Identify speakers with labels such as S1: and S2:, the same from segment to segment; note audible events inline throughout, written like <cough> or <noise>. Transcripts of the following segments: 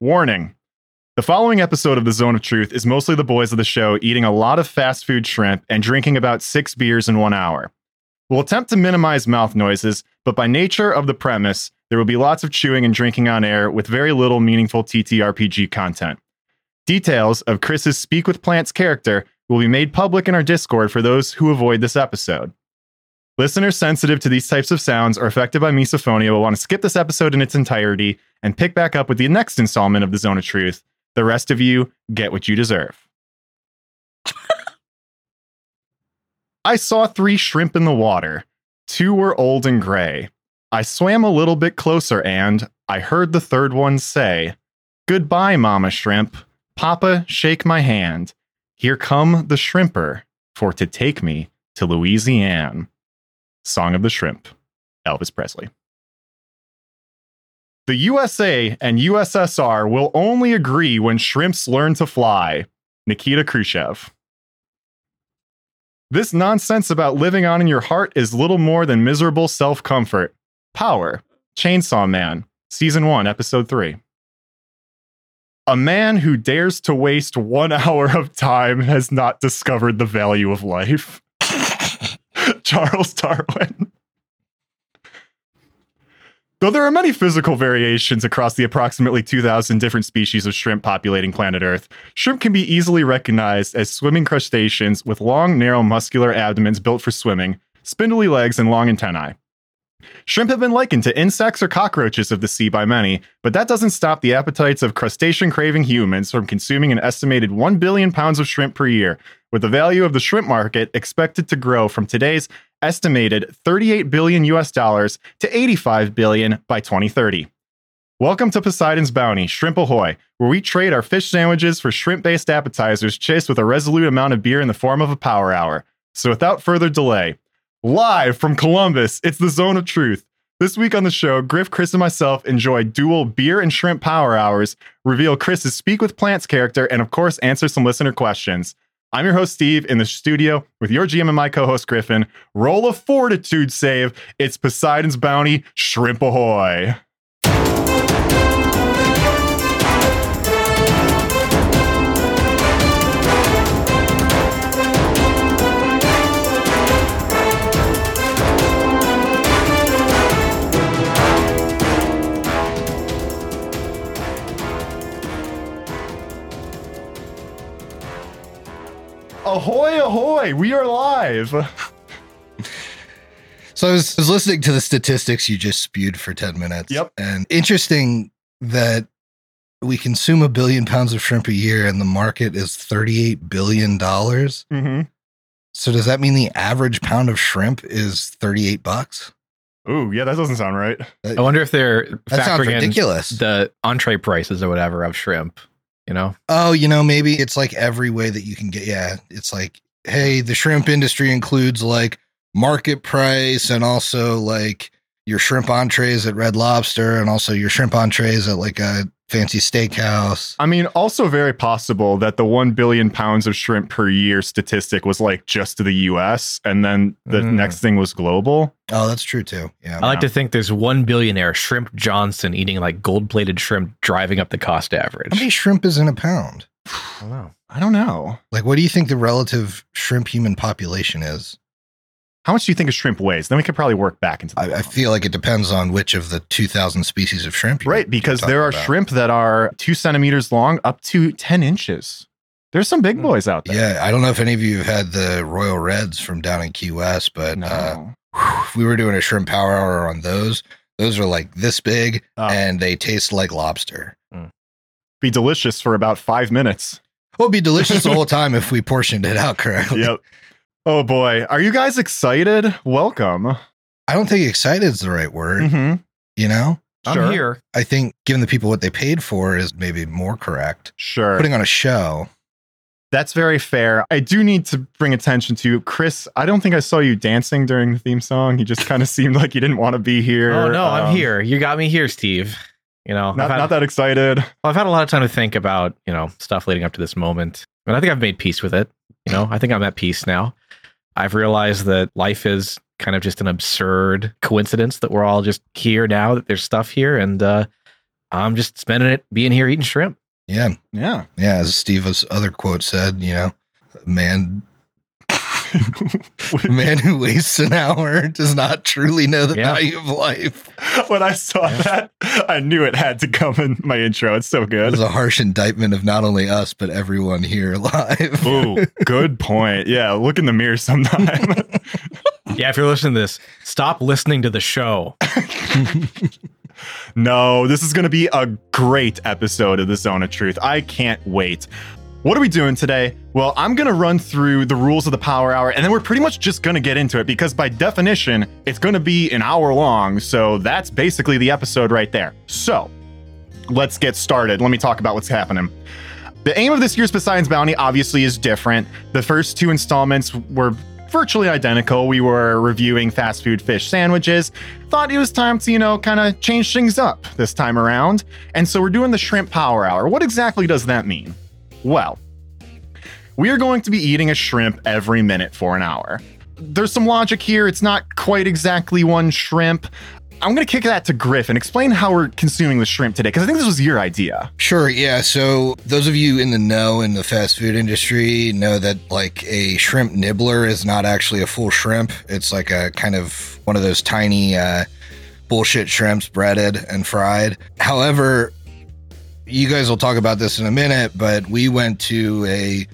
S1: Warning. The following episode of The Zone of Truth is mostly the boys of the show eating a lot of fast food shrimp and drinking about six beers in one hour. We'll attempt to minimize mouth noises, but by nature of the premise, there will be lots of chewing and drinking on air with very little meaningful TTRPG content. Details of Chris's Speak with Plants character will be made public in our Discord for those who avoid this episode. Listeners sensitive to these types of sounds or affected by misophonia will want to skip this episode in its entirety and pick back up with the next installment of The Zone of Truth. The rest of you get what you deserve. <laughs> I saw three shrimp in the water. Two were old and gray. I swam a little bit closer and I heard the third one say, Goodbye, Mama Shrimp. Papa, shake my hand. Here come the shrimper for to take me to Louisiana. Song of the Shrimp, Elvis Presley. The USA and USSR will only agree when shrimps learn to fly. Nikita Khrushchev. This nonsense about living on in your heart is little more than miserable self comfort. Power, Chainsaw Man, Season 1, Episode 3. A man who dares to waste one <laughs> hour of time has not discovered the value of life. <laughs> Charles Darwin. Though there are many physical variations across the approximately 2,000 different species of shrimp populating planet Earth, shrimp can be easily recognized as swimming crustaceans with long, narrow, muscular abdomens built for swimming, spindly legs, and long antennae. Shrimp have been likened to insects or cockroaches of the sea by many, but that doesn't stop the appetites of crustacean craving humans from consuming an estimated 1 billion pounds of shrimp per year, with the value of the shrimp market expected to grow from today's estimated 38 billion US dollars to 85 billion by 2030. Welcome to Poseidon's Bounty, Shrimp Ahoy, where we trade our fish sandwiches for shrimp based appetizers chased with a resolute amount of beer in the form of a power hour. So without further delay, live from Columbus. It's the Zone of Truth. This week on the show, Griff, Chris, and myself enjoy dual beer and shrimp power hours, reveal Chris's Speak with Plants character, and of course, answer some listener questions. I'm your host, Steve, in the studio with your GM and my co host, Griffin. Roll a fortitude save. It's Poseidon's Bounty, Shrimp Ahoy. Ahoy, ahoy, we are live.
S2: So I was, I was listening to the statistics you just spewed for 10 minutes.
S1: Yep.
S2: And interesting that we consume a billion pounds of shrimp a year and the market is $38 billion.
S1: Mm-hmm.
S2: So does that mean the average pound of shrimp is 38 bucks?
S1: Ooh, yeah, that doesn't sound right.
S3: I wonder if they're
S2: That sounds
S3: factoring in
S2: ridiculous.
S3: the entree prices or whatever of shrimp. You know,
S2: oh, you know, maybe it's like every way that you can get. Yeah. It's like, hey, the shrimp industry includes like market price and also like your shrimp entrees at Red Lobster and also your shrimp entrees at like a fancy steakhouse.
S1: I mean, also very possible that the 1 billion pounds of shrimp per year statistic was like just to the US and then the
S3: Mm.
S1: next thing was <sighs> global.
S2: Oh, that's true too. Yeah.
S3: I
S1: Oh,
S3: like to think there's one billionaire shrimp Johnson eating like gold plated shrimp, driving up the cost average.
S2: How many shrimp is in a pound?
S3: I don't know.
S1: I don't know.
S2: Like, what do you think the relative shrimp human population is?
S1: How much do you think a shrimp weighs? Then we could probably work back into that.
S2: I, I feel like it depends on which of the 2,000 species of shrimp. you're-
S1: right, because
S2: you're
S1: there are
S2: talking about.
S1: shrimp that are two centimeters long, up to 10 inches. There's some big
S3: Hmm.
S1: boys out there.
S2: Yeah. I don't know if any of you have had the Royal Reds from down in Key West, but uh,
S1: No.
S2: whew, if we were doing a shrimp power hour on those, those are like this big
S1: Oh.
S2: and they taste like lobster.
S1: Be delicious for about five
S2: <laughs>
S1: minutes.
S2: It would be
S1: <laughs>
S2: delicious the whole time if we portioned it out correctly.
S1: Yep. Oh boy. Are you guys excited? Welcome.
S2: I don't think excited is the right word,
S1: Mm-hmm.
S2: you know?
S1: Sure.
S3: I'm here.
S2: I think giving the people what they paid for is maybe more correct.
S1: Sure.
S2: Putting on a show.
S1: That's very fair. I do need to bring attention to Chris. I don't think I saw you dancing during the theme song. You just kind of <laughs> seemed like you didn't want to be here.
S3: Oh no, I'm
S1: Um,
S3: here. You got me here, Steve. You know,
S1: Not,
S3: I've, had,
S1: not that excited.
S3: I've had a lot of time to think about you know stuff leading up to this moment, and I think I've made peace with it. You know, I think I'm at peace now. I've realized that life is kind of just an absurd coincidence that we're all just here now. That there's stuff here, and uh, I'm just spending it being here eating shrimp.
S2: Yeah.
S1: Yeah.
S2: Yeah. As Steve's other quote said, you know, a man,
S1: <laughs>
S2: a man who wastes an hour does not truly know the
S3: Yeah.
S2: value of life.
S1: <laughs> when I saw
S3: Yeah.
S1: that, I knew it had to come in my intro. It's so
S2: It
S1: good.
S2: was a harsh indictment of not only us, but everyone here <laughs> live.
S1: Ooh, good point. Yeah, look in the mirror sometime. <laughs>
S3: Yeah, if you're listening to this, stop listening to the show.
S1: no, this is going to be a great episode of The Zone of Truth. I can't wait. What are we doing today? Well, I'm going to run through the rules of the power hour, and then we're pretty much just going to get into it because, by definition, it's going to be an hour long. So that's basically the episode right there. So let's get started. Let me talk about what's happening. The aim of this year's Poseidon's Bounty obviously is different. The first two installments were virtually identical. We were reviewing fast food fish sandwiches. Thought it was time to, you know, kind of change things up this time around. And so we're doing the shrimp power hour. What exactly does that mean? Well, we are going to be eating a shrimp every minute for an hour. There's some logic here. It's not quite exactly one shrimp. I'm going to kick that to Griff and explain how we're consuming the shrimp today, because I think this was your idea.
S2: Sure, yeah. So those of you in the know in the fast food industry know that like a shrimp nibbler is not actually a full shrimp. It's like a kind of one of those tiny uh, bullshit shrimps breaded and fried. However, you guys will talk about this in a minute, but we went to a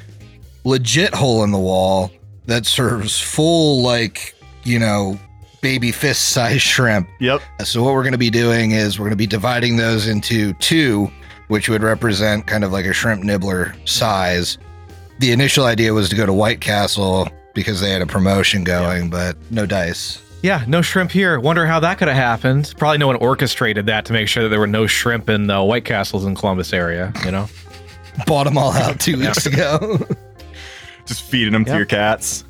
S2: legit hole in the wall that serves full like, you know, baby fist size <laughs> shrimp
S1: Yep.
S2: so what we're going to be doing is we're going to be dividing those into two, which would represent kind of like a shrimp nibbler size. The initial idea was to go to White Castle because they had a promotion going, but no dice.
S3: Yeah, no shrimp here. Wonder how that could have happened. Probably no one orchestrated that to make sure that there were no shrimp in the White Castles in Columbus area, you know?
S2: Bought them all out two weeks ago.
S1: just feeding them to
S3: Yeah.
S1: your cats.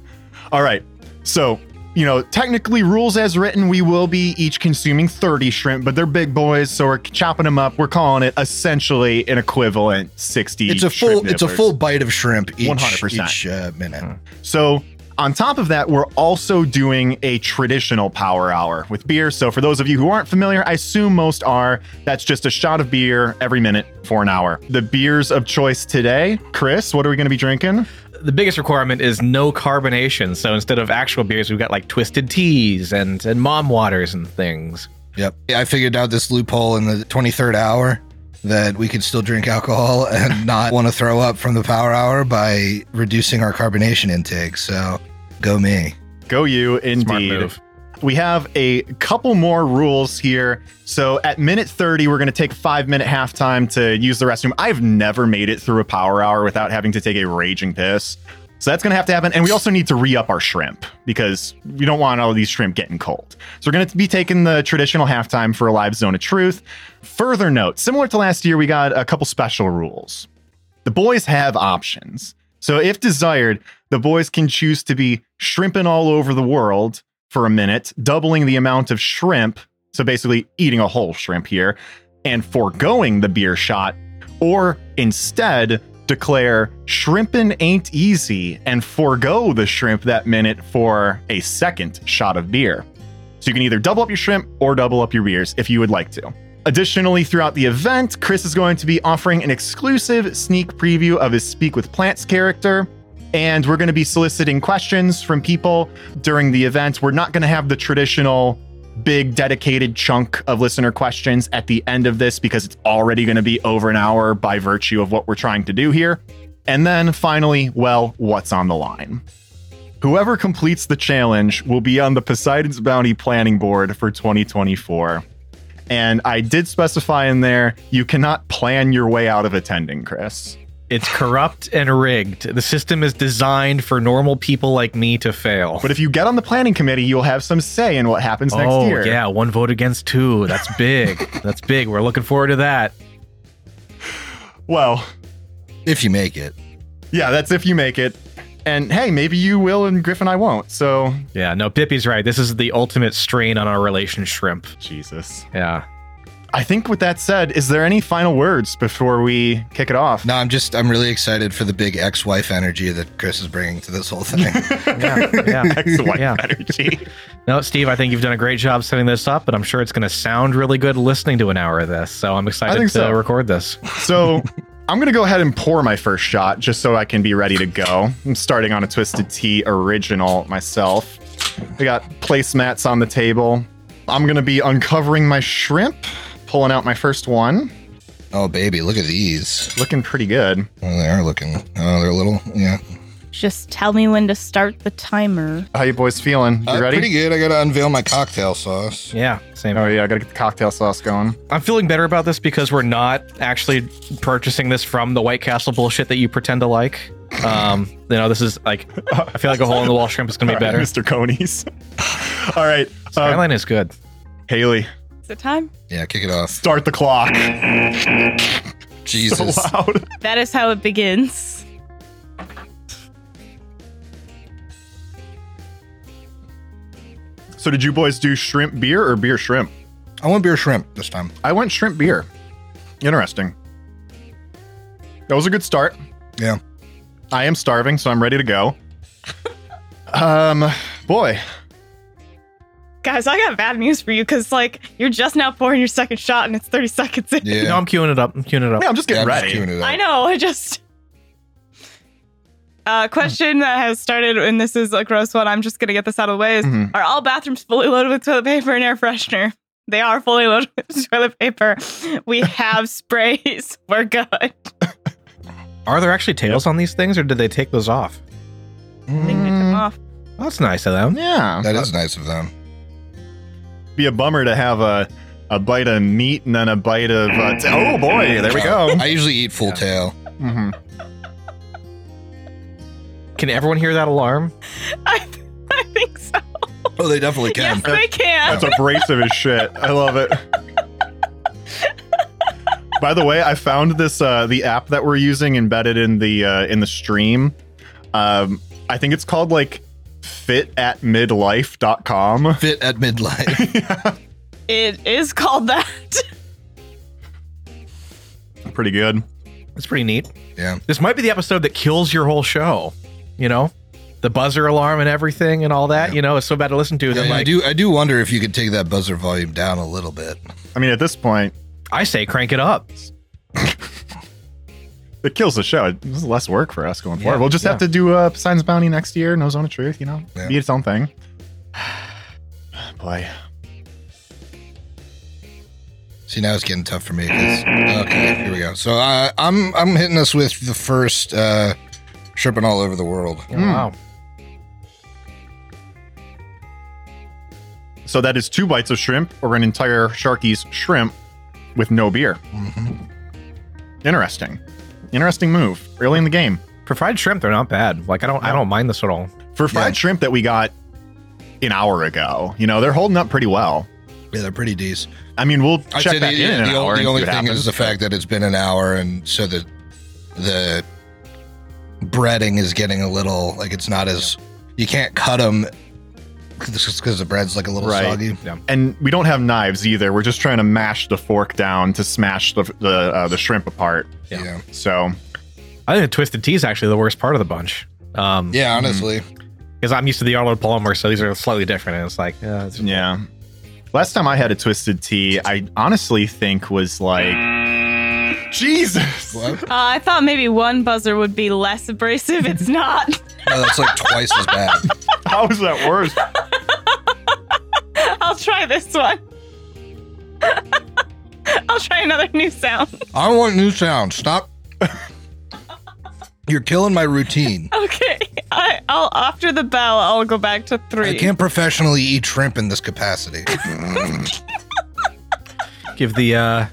S1: All right. So, you know, technically, rules as written, we will be each consuming 30 shrimp, but they're big boys, so we're chopping them up. We're calling it essentially an equivalent 60.
S2: it's a
S1: shrimp
S2: full it's a
S1: nibblers.
S2: full bite of shrimp each
S1: 100%.
S2: each uh, minute.
S1: So, on top of that, we're also doing a traditional power hour with beer. So, for those of you who aren't familiar, I assume most are, that's just a shot of beer every minute for an hour. The beers of choice today, Chris, what are we going to be drinking?
S3: The biggest requirement is no carbonation. So instead of actual beers, we've got like twisted teas and, and mom waters and things.
S2: Yep. Yeah, I figured out this loophole in the 23rd hour that we could still drink alcohol <laughs> and not want to throw up from the power hour by reducing our carbonation intake. So go me.
S1: Go you, indeed.
S3: Smart move.
S1: We have a couple more rules here. So at minute 30, we're going to take a five minute halftime to use the restroom. I've never made it through a power hour without having to take a raging piss. So that's going to have to happen. And we also need to re up our shrimp because we don't want all these shrimp getting cold. So we're going to be taking the traditional halftime for a live zone of truth. Further note similar to last year, we got a couple special rules. The boys have options. So if desired, the boys can choose to be shrimping all over the world for a minute, doubling the amount of shrimp, so basically eating a whole shrimp here, and foregoing the beer shot, or instead declare shrimpin' ain't easy and forego the shrimp that minute for a second shot of beer. So you can either double up your shrimp or double up your beers if you would like to. Additionally, throughout the event, Chris is going to be offering an exclusive sneak preview of his Speak with Plants character. And we're going to be soliciting questions from people during the event. We're not going to have the traditional big dedicated chunk of listener questions at the end of this because it's already going to be over an hour by virtue of what we're trying to do here. And then finally, well, what's on the line? Whoever completes the challenge will be on the Poseidon's Bounty planning board for 2024. And I did specify in there you cannot plan your way out of attending, Chris.
S3: It's corrupt and rigged. The system is designed for normal people like me to fail.
S1: But if you get on the planning committee, you'll have some say in what happens next
S3: oh,
S1: year.
S3: yeah, one vote against two. That's big. <laughs> That's big. We're looking forward to that.
S1: Well,
S2: If you make it.
S1: yeah, that's if you make it. And hey, maybe you will and Griff and I won't. So,
S3: Yeah, no, Bippy's right. This is the ultimate strain on our relation shrimp.
S1: Jesus.
S3: Yeah.
S1: I think with that said, is there any final words before we kick it off?
S2: No, I'm just I'm really excited for the big ex-wife energy that Chris is bringing to this whole thing.
S3: Yeah, yeah.
S1: <laughs>
S3: <laughs>
S1: Excellent
S3: Yeah.
S1: energy.
S3: No, Steve, I think you've done a great job setting this up, but I'm sure it's going to sound really good listening to an hour of this. So I'm excited to
S1: think so.
S3: record this.
S1: So I'm going to go ahead and pour my first shot just so I can be ready to go. I'm starting on a Twisted Tea original myself. I got placemats on the table. I'm going to be uncovering my shrimp, pulling out my first one.
S2: oh baby, look at these.
S1: Looking pretty good.
S2: Oh, they are looking. Oh, they're little. Yeah.
S4: Just tell me when to start the timer.
S1: How you boys feeling? You
S2: Uh,
S1: ready?
S2: Pretty good. I gotta unveil my cocktail sauce.
S3: Yeah, same.
S1: Oh yeah, I gotta get the cocktail sauce going.
S3: I'm feeling better about this because we're not actually purchasing this from the White Castle bullshit that you pretend to like. Um, you know, this is like I feel like a hole in the wall shrimp is going to
S1: All
S3: be <laughs>
S1: right, <laughs>
S3: better.
S1: Mr. Coney's. All right, uh,
S3: Skyline is good.
S1: Haley,
S4: Is it time?
S2: Yeah, kick it off.
S1: start the clock. <laughs> So
S2: Jesus.
S1: <laughs> loud.
S4: That is how it begins.
S1: So did you boys do shrimp beer or beer shrimp?
S2: I want beer shrimp this time.
S1: I went shrimp beer. Interesting. That was a good start.
S2: Yeah.
S1: I am starving, so I'm ready to
S2: <laughs>
S1: go. um, boy,
S4: Guys, I got bad news for you because, like, you're just now pouring your second shot and it's 30 seconds in.
S2: Yeah.
S3: No, I'm queuing it up. I'm queuing it up.
S1: yeah, I'm just
S2: Yeah,
S1: getting
S2: I'm just
S1: ready.
S2: queuing it up.
S4: I know. I just. Uh, question that has started, and this is a gross one. I'm just gonna get this out of the way. Is
S1: Mhm.
S4: are all bathrooms fully loaded with toilet paper and air freshener? They are fully loaded with <laughs> toilet paper. We have sprays. We're good. I
S3: Are there actually tails on these things, or did they take those off?
S4: think they took them off. <laughs>
S3: Well, that's nice of them.
S1: Mm, Yeah,
S2: That is nice of them.
S1: be a bummer to have a a bite of meat and then a bite of. Uh, t- oh boy, there we go.
S2: <laughs> I usually eat full
S3: Yeah.
S2: tail.
S1: Mhm.
S3: Can everyone hear that alarm?
S4: I, I think so.
S2: Oh, they definitely can.
S4: <laughs> Yes, they can.
S1: That's abrasive as shit. I love it. By the way, I found this uh, the app that we're using embedded in the uh, in the stream. Um, I think it's called like fit at midlife.com.
S2: Fit at midlife.
S4: It is called that. <laughs>
S1: Pretty good.
S3: That's pretty neat.
S2: Yeah.
S3: This might be the episode that kills your whole show. You know, the buzzer alarm and everything and all that. You know, it's so bad to listen to.
S2: Yeah,
S3: that
S2: I
S3: like,
S2: do. I do wonder if you could take that buzzer volume down a little bit.
S1: I mean, at this point,
S3: I say crank it up.
S1: it kills the show. It- This is less work for us going
S3: Yeah,
S1: forward. We'll just
S3: yeah.
S1: have to do uh, Poseidon's Bounty next year, No Zone of Truth, you know,
S2: Yeah.
S1: be its own thing. <sighs> Boy.
S2: See, now it's getting tough for me. 'cause- okay, here we go. So uh, I'm I'm hitting us with the first uh, tripping all over the world.
S1: Mm.
S3: Wow.
S1: So that is two bites of shrimp or an entire Sharky's shrimp with no beer.
S2: Mhm.
S1: Interesting. Interesting move early in the game.
S3: For fried shrimp, they're not bad. Like I don't, I don't mind this at all.
S1: For fried
S2: Yeah.
S1: shrimp that we got an hour ago, you know, they're holding up pretty well.
S2: Yeah, they're pretty decent.
S1: I mean, we'll
S2: I'd
S1: check
S2: say
S1: back
S2: the,
S1: in, in
S2: the
S1: an
S2: o-
S1: hour
S2: the
S1: and
S2: only
S1: see what
S2: thing
S1: happens.
S2: is uh, the fact that it's been an hour, and so the the breading is getting a little like it's not as you can't cut them because the bread's like a little
S1: Right.
S2: soggy.
S1: and we don't have knives either. We're just trying to mash the fork down to smash the the, uh, the shrimp apart.
S3: Yeah.
S2: yeah,
S1: So
S3: I think the twisted tea is actually the worst part of the bunch. Um,
S2: Yeah,
S1: Mm-hmm.
S2: honestly.
S3: because I'm used to the Arnold Palmer, so these are slightly different. And it's like, uh, it's-
S1: yeah, last time I had a twisted tea, I honestly think was like Jesus.
S2: What?
S4: Uh, I thought maybe one buzzer would be less abrasive. It's not. <laughs>
S2: No, that's like twice as bad.
S1: <laughs> How is that worse?
S4: I'll try this one. <laughs> I'll try another new sound. <laughs>
S2: I want new sounds. Stop. <laughs> You're killing my routine.
S4: Okay. I, I'll after the bell. I'll go back to three.
S2: I can't professionally eat shrimp in this
S4: <laughs>
S2: capacity.
S3: give the uh,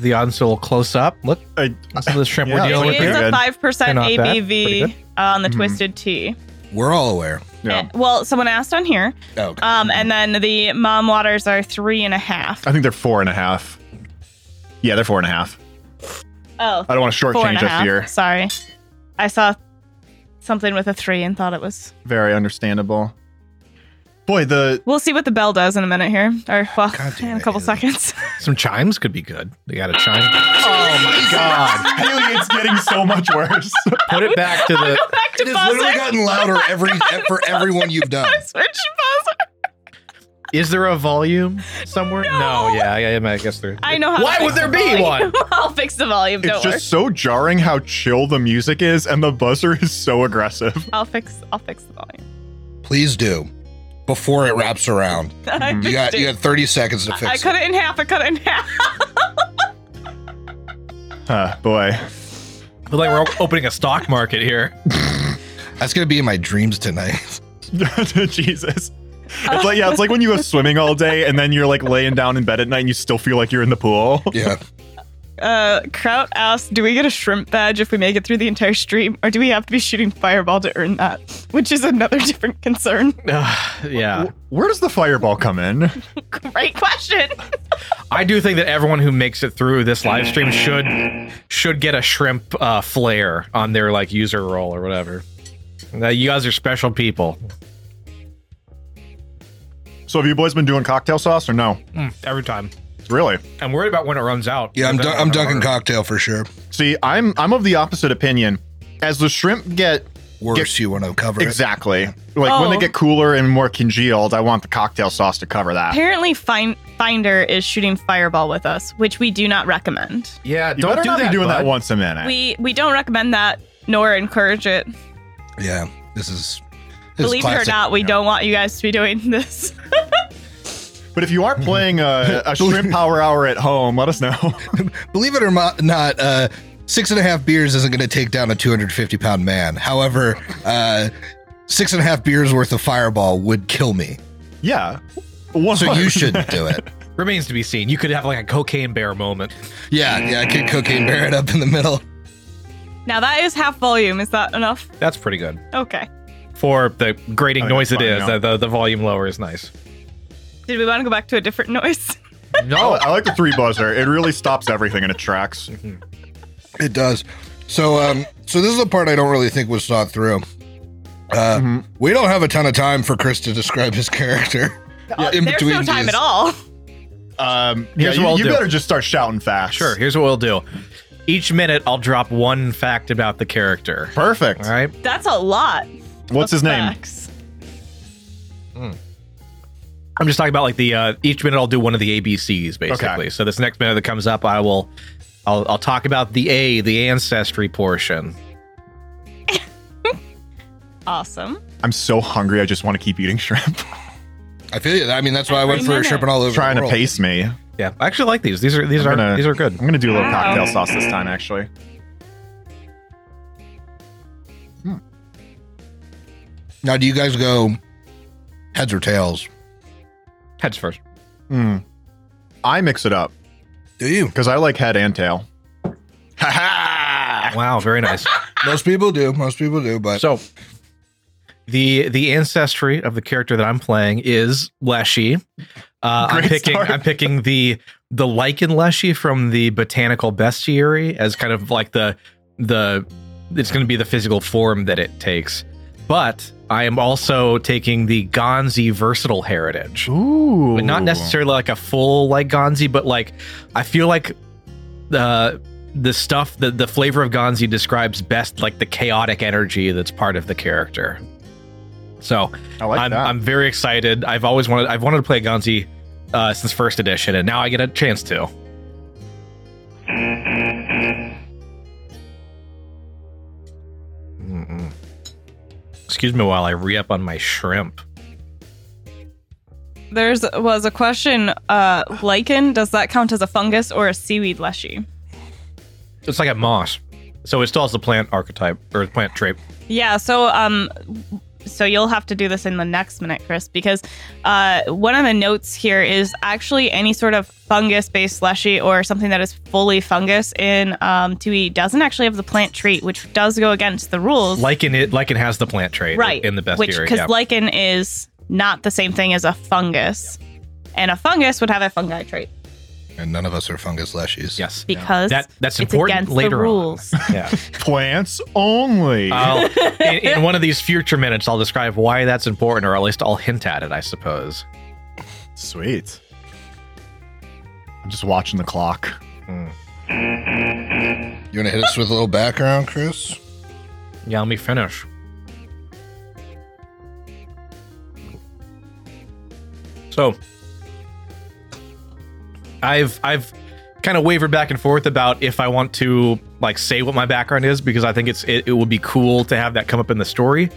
S3: the audience a little close up. Look,
S1: I,
S3: some of the shrimp
S1: Yeah,
S3: we're dealing
S4: It
S3: with
S1: pretty
S4: is
S3: here.
S4: a
S1: good.
S4: five percent
S3: They're not bad.
S4: ABV
S3: Pretty
S4: on the
S1: Mhm.
S4: Twisted Tea.
S2: We're all aware.
S1: yeah.
S4: And- well, someone asked on here,
S2: Oh, okay.
S4: um, and then the mom waters are three and a half.
S1: I think they're four and a half. Yeah, they're four and a half.
S4: Oh,
S1: I don't want to
S4: four and
S1: shortchange
S4: a
S1: us
S4: half.
S1: here.
S4: Sorry, I saw something with a three and thought it was
S1: Very understandable. Boy, the
S4: We'll see what the bell does in a minute here, or well,
S2: God damn
S4: in a
S2: it,
S4: couple
S2: Anna.
S4: seconds. <laughs>
S3: Some chimes could be good. They got a chime. Oh my
S1: <laughs>
S3: god!
S1: alien's getting so much
S4: <laughs>
S1: worse.
S3: Put it back to the.
S4: Go back to
S2: It has literally
S4: buzzer.
S2: gotten louder every e-, for everyone you've done.
S4: <laughs> Switch buzzer.
S3: Is there a volume somewhere? No. yeah, yeah, yeah. I guess there.
S4: I know how. to
S3: Why
S4: fix
S3: would there
S4: the
S3: be
S4: volume.
S3: one?
S4: <laughs> I'll fix the volume.
S1: it's
S4: Don't
S1: just so jarring how chill the music is, and the buzzer is so aggressive. <laughs>
S4: worry. I'll fix. I'll fix the volume. <laughs>
S2: Please do before it wraps around.
S4: I
S1: You
S2: You
S4: fixed
S2: got
S4: it.
S2: you got 30 seconds to Mm, fix
S4: I
S2: it.
S4: cut it in half. I cut it in half.
S1: Huh, Ah, boy. <laughs>
S3: But like we're opening a stock market here. <sighs>
S2: That's gonna be in my dreams tonight. <laughs>
S1: Jesus. It's like yeah, it's like when you go swimming all day and then you're like laying down in bed at night and you still feel like you're in the
S4: <laughs>
S1: pool.
S2: yeah.
S4: Uh, Kraut asks, "Do we get a shrimp badge if we make it through the entire stream, or do we have to be shooting fireball to earn that?" <laughs> Which is another different concern. <laughs>
S3: Ugh, yeah,
S1: W- Where does the fireball come in?
S4: Great question.
S3: I do think that everyone who makes it through this live stream should should get a shrimp uh, flare on their like user roll or whatever. Now, you guys are special people.
S1: So have you boys been doing cocktail sauce or no?
S3: Mm, every time.
S1: Really?
S3: I'm worried about when it runs out.
S2: Yeah, I'm,
S3: Because
S2: du-
S3: I
S2: I'm
S3: don't have
S2: dunking
S3: water.
S2: cocktail for sure.
S1: See, I'm I'm of the opposite opinion. As the shrimp get
S2: Worse,
S1: Get-
S2: you want to cover it.
S1: exactly like when they
S4: Oh.
S1: get cooler and more congealed, I want the cocktail sauce to cover that.
S4: Apparently, fin- Finder is shooting fireball with us, which we do not recommend.
S3: Yeah,
S1: You
S3: don't
S1: better
S3: do
S1: not
S3: that,
S1: be doing that
S3: bud.
S1: once a minute.
S4: We we don't recommend that nor encourage it.
S2: Yeah, this is. This
S4: Believe
S2: is
S4: it or
S2: classic.
S4: not, we
S1: Yeah.
S4: don't want you guys to be doing <laughs> this.
S1: but if you are playing a,
S3: <laughs>
S1: a shrimp power hour at home, let us know.
S2: Believe it or mo- not, uh, six and a half beers isn't going to take down a 250 pound man. However, uh, six and a half beers worth of fireball would kill me.
S1: yeah. One
S2: So you shouldn't do it.
S3: Remains to be seen. You could have like a cocaine bear moment.
S2: Yeah, yeah, I could cocaine bear it up in the middle.
S4: Now that is half volume. Is that enough?
S3: That's pretty good.
S4: Okay.
S3: For the grating
S1: I think
S3: noise it
S1: that's fine,
S3: is,
S1: Oh, yeah.
S3: the, the, the volume lower is nice.
S4: Did we want to go back to a different noise?
S1: <laughs> I,
S3: No.
S1: I like the three buzzer. It really stops everything in its tracks.
S3: Mm-hmm.
S2: It does. So, um, so this is the part I don't really think was thought through. Uh,
S1: Mhm.
S2: We don't have a ton of time for Chris to describe his character. <laughs> in
S4: Uh, There's no time
S2: these-
S4: at all.
S1: Um,
S3: Here's
S1: yeah, you,
S3: what I'll
S1: you
S3: do.
S1: better just start shouting facts.
S3: Sure, here's what we'll do. Each minute, I'll drop one fact about the character.
S1: Perfect.
S3: All right.
S4: That's a lot.
S1: What's
S4: of
S1: his name?
S4: facts.
S3: I'm just talking about like the uh, each minute I'll do one of the ABCs basically. So this next minute that comes up, I will, I'll, I'll talk about the A, the ancestry portion.
S4: Awesome.
S1: I'm so hungry. I just want to keep eating shrimp.
S2: I feel you. I mean, that's why I
S4: Every
S2: went for
S4: minute.
S2: shipping all over.
S1: Trying
S2: the
S1: to
S2: world.
S1: pace me.
S3: Yeah, I actually like these. These are these
S1: I'm
S3: are
S1: gonna-
S3: these are good.
S1: I'm gonna do a little
S4: Wow.
S1: cocktail sauce this time, actually.
S2: Now, do you guys go heads or tails?
S3: Heads first.
S1: Mm. I mix it up
S2: Do you?
S1: because I like head and tail. Ha ha!
S3: Wow, very nice.
S2: Most people do. Most people do. But
S3: So the the ancestry of the character that I'm playing is Leshy. Uh, I'm
S1: Great
S3: picking
S1: start.
S3: I'm picking the the lichen Leshy from the botanical bestiary as kind of like the the it's going to be the physical form that it takes. But I am also taking the Gonzi versatile heritage
S1: Ooh.
S3: but not necessarily like a full like Gonzi, but like I feel like the the stuff that the flavor of Gonzi describes best like the chaotic energy that's part of the character. So
S1: I like
S3: I'm
S1: that.
S3: I'm very excited. I've always wanted I've wanted to play Gonzi uh, since first edition, and now I get a chance to. Mm-mm. Excuse me while I re up on my shrimp.
S4: There's was a question. Uh, lichen does that count as a fungus or a seaweed leshy?
S3: It's like a moss. So it still has the plant archetype or plant trait.
S4: Yeah, so um so you'll have to do this in the next minute, Chris, because uh one of the notes here is actually any sort of fungus based slushy or something that is fully fungus in um 2E doesn't actually have the plant trait, which does go against the rules.
S3: Lichen it lichen has the plant trait
S4: right.
S3: in the best
S4: which
S3: theory.
S4: because
S3: yeah.
S4: lichen is not the same thing as a fungus. And a fungus would have a fungi trait.
S2: and none of us are fungus leshies.
S3: Yes.
S4: because
S3: That that's
S4: it's
S3: important
S4: against the
S3: later
S4: rules.
S3: on. Yeah.
S4: <laughs>
S1: Plants only.
S3: I'll, in, in one of these future minutes, I'll describe why that's important, or at least I'll hint at it, I suppose.
S1: Sweet. I'm just watching the clock.
S2: You want to hit us with a little background, Chris?
S3: Yeah, let me finish. So, I've I've kind of wavered back and forth about if I want to like say what my background is because I think it's it, it would be cool to have that come up in the story,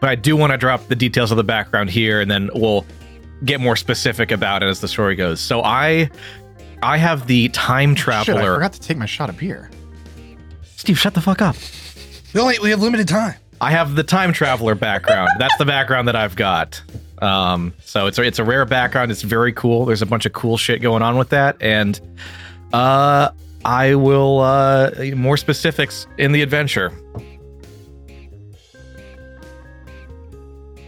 S3: but I do want to drop the details of the background here and then we'll get more specific about it as the story goes. So I I have the time
S1: Shit, I
S3: traveler.
S1: forgot to take my shot of beer.
S3: Steve, shut the fuck up.
S2: We only we have limited time.
S3: I have the time traveler background. That's the background that I've got. Um, so it's a, it's a rare background. It's very cool. There's a bunch of cool shit going on with that, and uh, I will uh, more specifics in the adventure.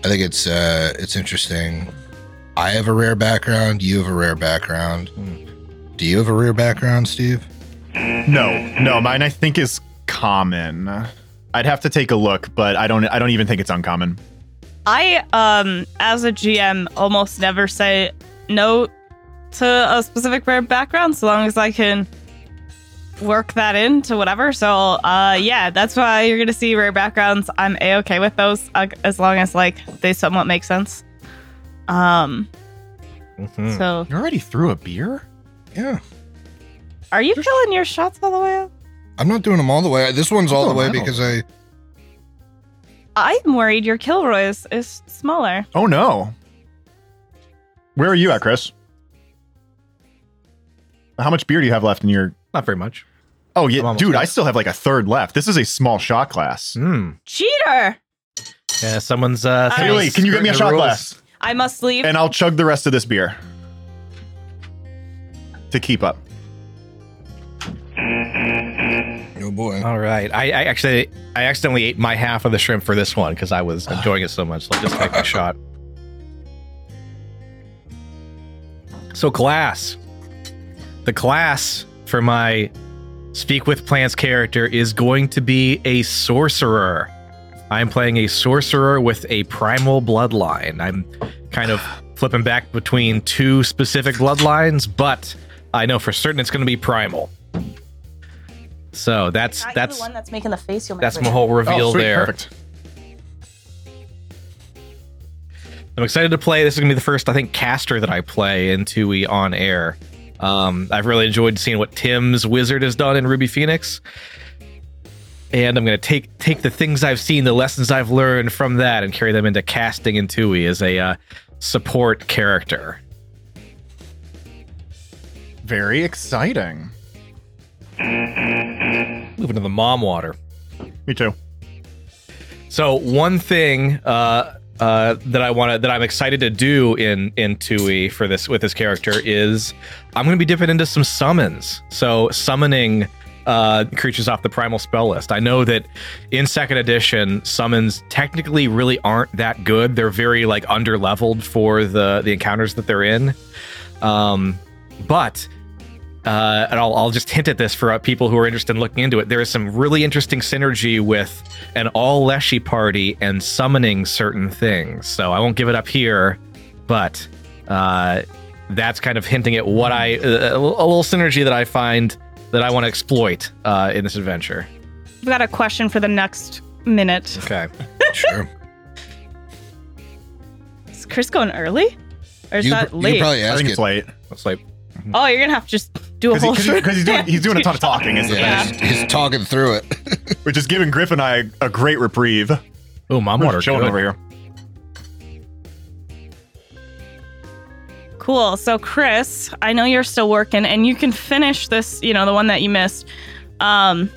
S2: I think it's uh it's interesting. I have a rare background. You have a rare background. Do you have a rare background, Steve?
S1: No, no, mine I think is common. I'd have to take a look, but I don't. I don't even think it's uncommon.
S4: I um as a GM almost never say no to a specific rare background so long as I can work that into whatever. So uh yeah, that's why you're gonna see rare backgrounds. I'm a okay with those uh, as long as like they somewhat make sense. Um
S3: Mhm.
S4: so
S1: You already threw a beer.
S2: Yeah,
S4: are you filling your shots all the way up?
S2: I'm not doing them all the way. This one's all the way
S1: Oh, no.
S2: because I
S4: I'm worried your Kilroy is, is smaller.
S1: Oh no. Where are you at, Chris? How much beer do you have left in your?
S3: Not very much.
S1: Oh
S3: I'm
S1: yeah,
S3: almost
S1: dude,
S3: done.
S1: I still have like a third left. This is a small shot glass.
S3: Hmm.
S4: Cheater!
S3: Yeah, someone's. Uh,
S4: Hey,
S3: someone's
S1: Haley, can you get me a
S3: skirting
S1: shot
S3: the rules.
S1: glass?
S4: I must leave.
S1: And I'll chug the rest of this beer to keep up.
S2: oh boy,
S3: All right. I, I actually I accidentally ate my half of the shrimp for this one because I was enjoying it so much. So I'll just take a shot. So glass. The glass for my Speak with Plants character is going to be a sorcerer. I'm playing a sorcerer with a primal bloodline. I'm
S1: <sighs>
S3: kind of flipping back between two specific bloodlines, but I know for certain it's going to be primal. So that's
S4: Not you,
S3: that's
S4: the one that's making the face. You'll make
S3: that's
S4: right
S3: my
S4: now.
S3: whole reveal
S1: Oh, sweet,
S3: there.
S1: Perfect.
S3: I'm excited to play. This is gonna be the first, I think, caster that I play in 2E on air. Um, I've really enjoyed seeing what Tim's wizard has done in Ruby Phoenix, and I'm gonna take take the things I've seen, the lessons I've learned from that, and carry them into casting in 2E as a uh, support character.
S1: Very exciting.
S3: Moving to the mom water.
S1: Me too.
S3: So one thing uh, uh, that I want to that I'm excited to do in in Tui for this with this character is I'm going to be dipping into some summons. So summoning uh, creatures off the primal spell list. I know that in second edition summons technically really aren't that good. They're very like under leveled for the the encounters that they're in. Um, but uh, and I'll, I'll just hint at this for uh, people who are interested in looking into it. There is some really interesting synergy with an all Leshy party and summoning certain things. So I won't give it up here, but uh, that's kind of hinting at what I uh, a little synergy that I find that I want to exploit uh, in this adventure.
S4: I've got a question for the next minute.
S3: Okay.
S2: sure.
S4: Is Chris going early? Or is
S2: You,
S4: that
S2: pr- you
S4: late?
S2: could probably
S1: I
S2: ask
S1: think
S2: it.
S1: it's late
S3: It's like
S4: oh, you're gonna have to just do a whole
S1: because he's doing he's doing a ton of talking, isn't
S2: Yeah,
S1: he?
S4: Yeah.
S2: He's, he's talking through it.
S1: which is giving Griff and I a great reprieve.
S3: oh, mom water.
S1: Chilling
S3: good.
S1: over here.
S4: <laughs> Cool. So, Chris, I know you're still working, and you can finish this. You know, the one that you missed. Um.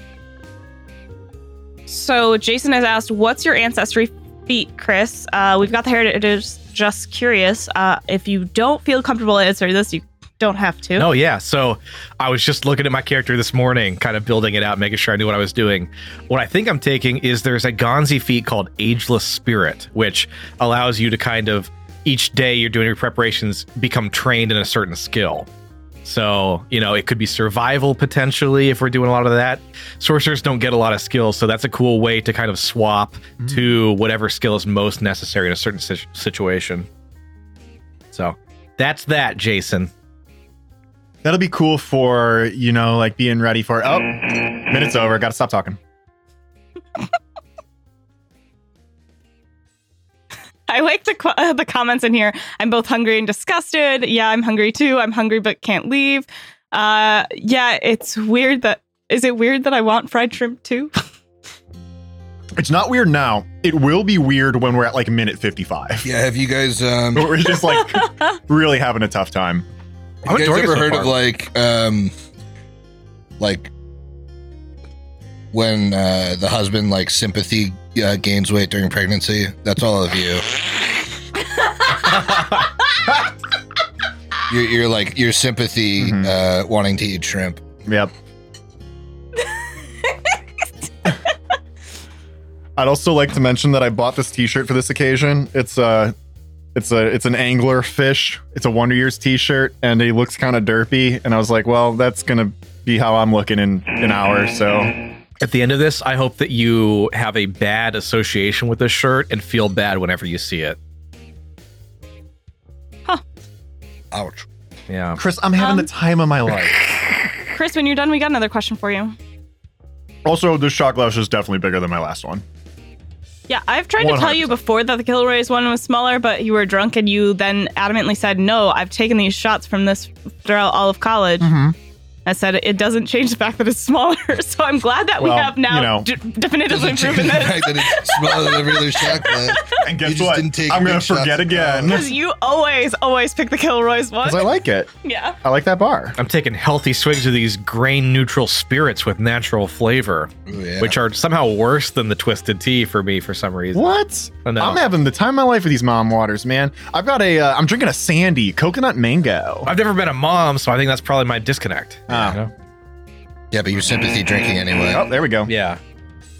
S4: So, Jason has asked, "What's your ancestry feat, Chris?" Uh, we've got the heritage. Just curious. Uh, if you don't feel comfortable answering this, you don't have to.
S3: No, yeah. So I was just looking at my character this morning, kind of building it out, making sure I knew what I was doing. What I think I'm taking is there's a Gonzi feat called Ageless Spirit, which allows you to kind of each day you're doing your preparations become trained in a certain skill. So, you know, it could be survival potentially if we're doing a lot of that. Sorcerers don't get a lot of skills, so that's a cool way to kind of swap to whatever skill is most necessary in a certain si- situation. So, that's that, Jason.
S1: That'll be cool for, you know, like being ready for, oh, minute's over. Got to stop talking.
S4: I like the qu- uh, the comments in here. I'm both hungry and disgusted. Yeah, I'm hungry too. I'm hungry but can't leave. Uh, yeah, it's weird that is it weird that I want fried shrimp too? <laughs>
S1: It's not weird now. It will be weird when we're at like minute 55.
S2: Yeah, have you guys um
S1: But <laughs> we're just like really having a tough time.
S3: I'm
S2: have you guys
S3: enjoying it
S2: ever
S3: so
S2: heard
S3: far.
S2: of like um like when uh the husband like sympathy uh, gains weight during pregnancy? That's all of you. You're, you're like your sympathy uh wanting to eat shrimp.
S1: Yep. I'd also like to mention that I bought this T-shirt for this occasion. It's a, it's a, it's an angler fish. It's a Wonder Years T-shirt, and it looks kind of derpy. And I was like, well, that's gonna be how I'm looking in an hour. So
S3: At the end of this, I hope that you have a bad association with this shirt and feel bad whenever you see it.
S2: Ouch.
S3: Yeah.
S1: Chris, I'm having
S4: Um,
S1: the time of my life.
S4: Chris, when you're done, we got another question for you.
S1: <laughs> also, this shock lash is definitely bigger than my last one.
S4: Yeah, I've tried to tell you
S1: 100%.
S4: before that the Kilroy's one was smaller, but you were drunk and you then adamantly said, "No, I've taken these shots from this throughout all of college."
S1: Mhm.
S4: I said it doesn't change the fact that it's smaller, <laughs> so I'm glad that
S1: Well,
S4: we have now
S1: you know.
S4: d- definitively
S2: <laughs>
S4: proven
S2: the
S4: that. <laughs>
S2: fact that it's smaller than every other chocolate.
S1: And
S2: You
S1: guess
S2: just
S1: what?
S2: didn't take
S1: I'm gonna
S2: big shots
S1: forget
S2: at
S4: <laughs>
S1: again
S2: all.
S1: because
S4: Because you always, always pick the Kilroy's one.
S1: I like it.
S4: yeah.
S1: I like that bar.
S3: I'm taking healthy swigs of these grain neutral spirits with natural flavor,
S2: Ooh, yeah.
S3: which are somehow worse than the twisted tea for me for some reason.
S1: What?
S3: I know.
S1: I'm having the time of my life with these mom waters, man. I've got a. Uh, I'm drinking a sandy coconut mango.
S3: I've never been a mom, so I think that's probably my disconnect.
S1: Ah.
S3: You know?
S2: yeah, but you're sympathy drinking anyway.
S1: Oh, there we go.
S3: Yeah.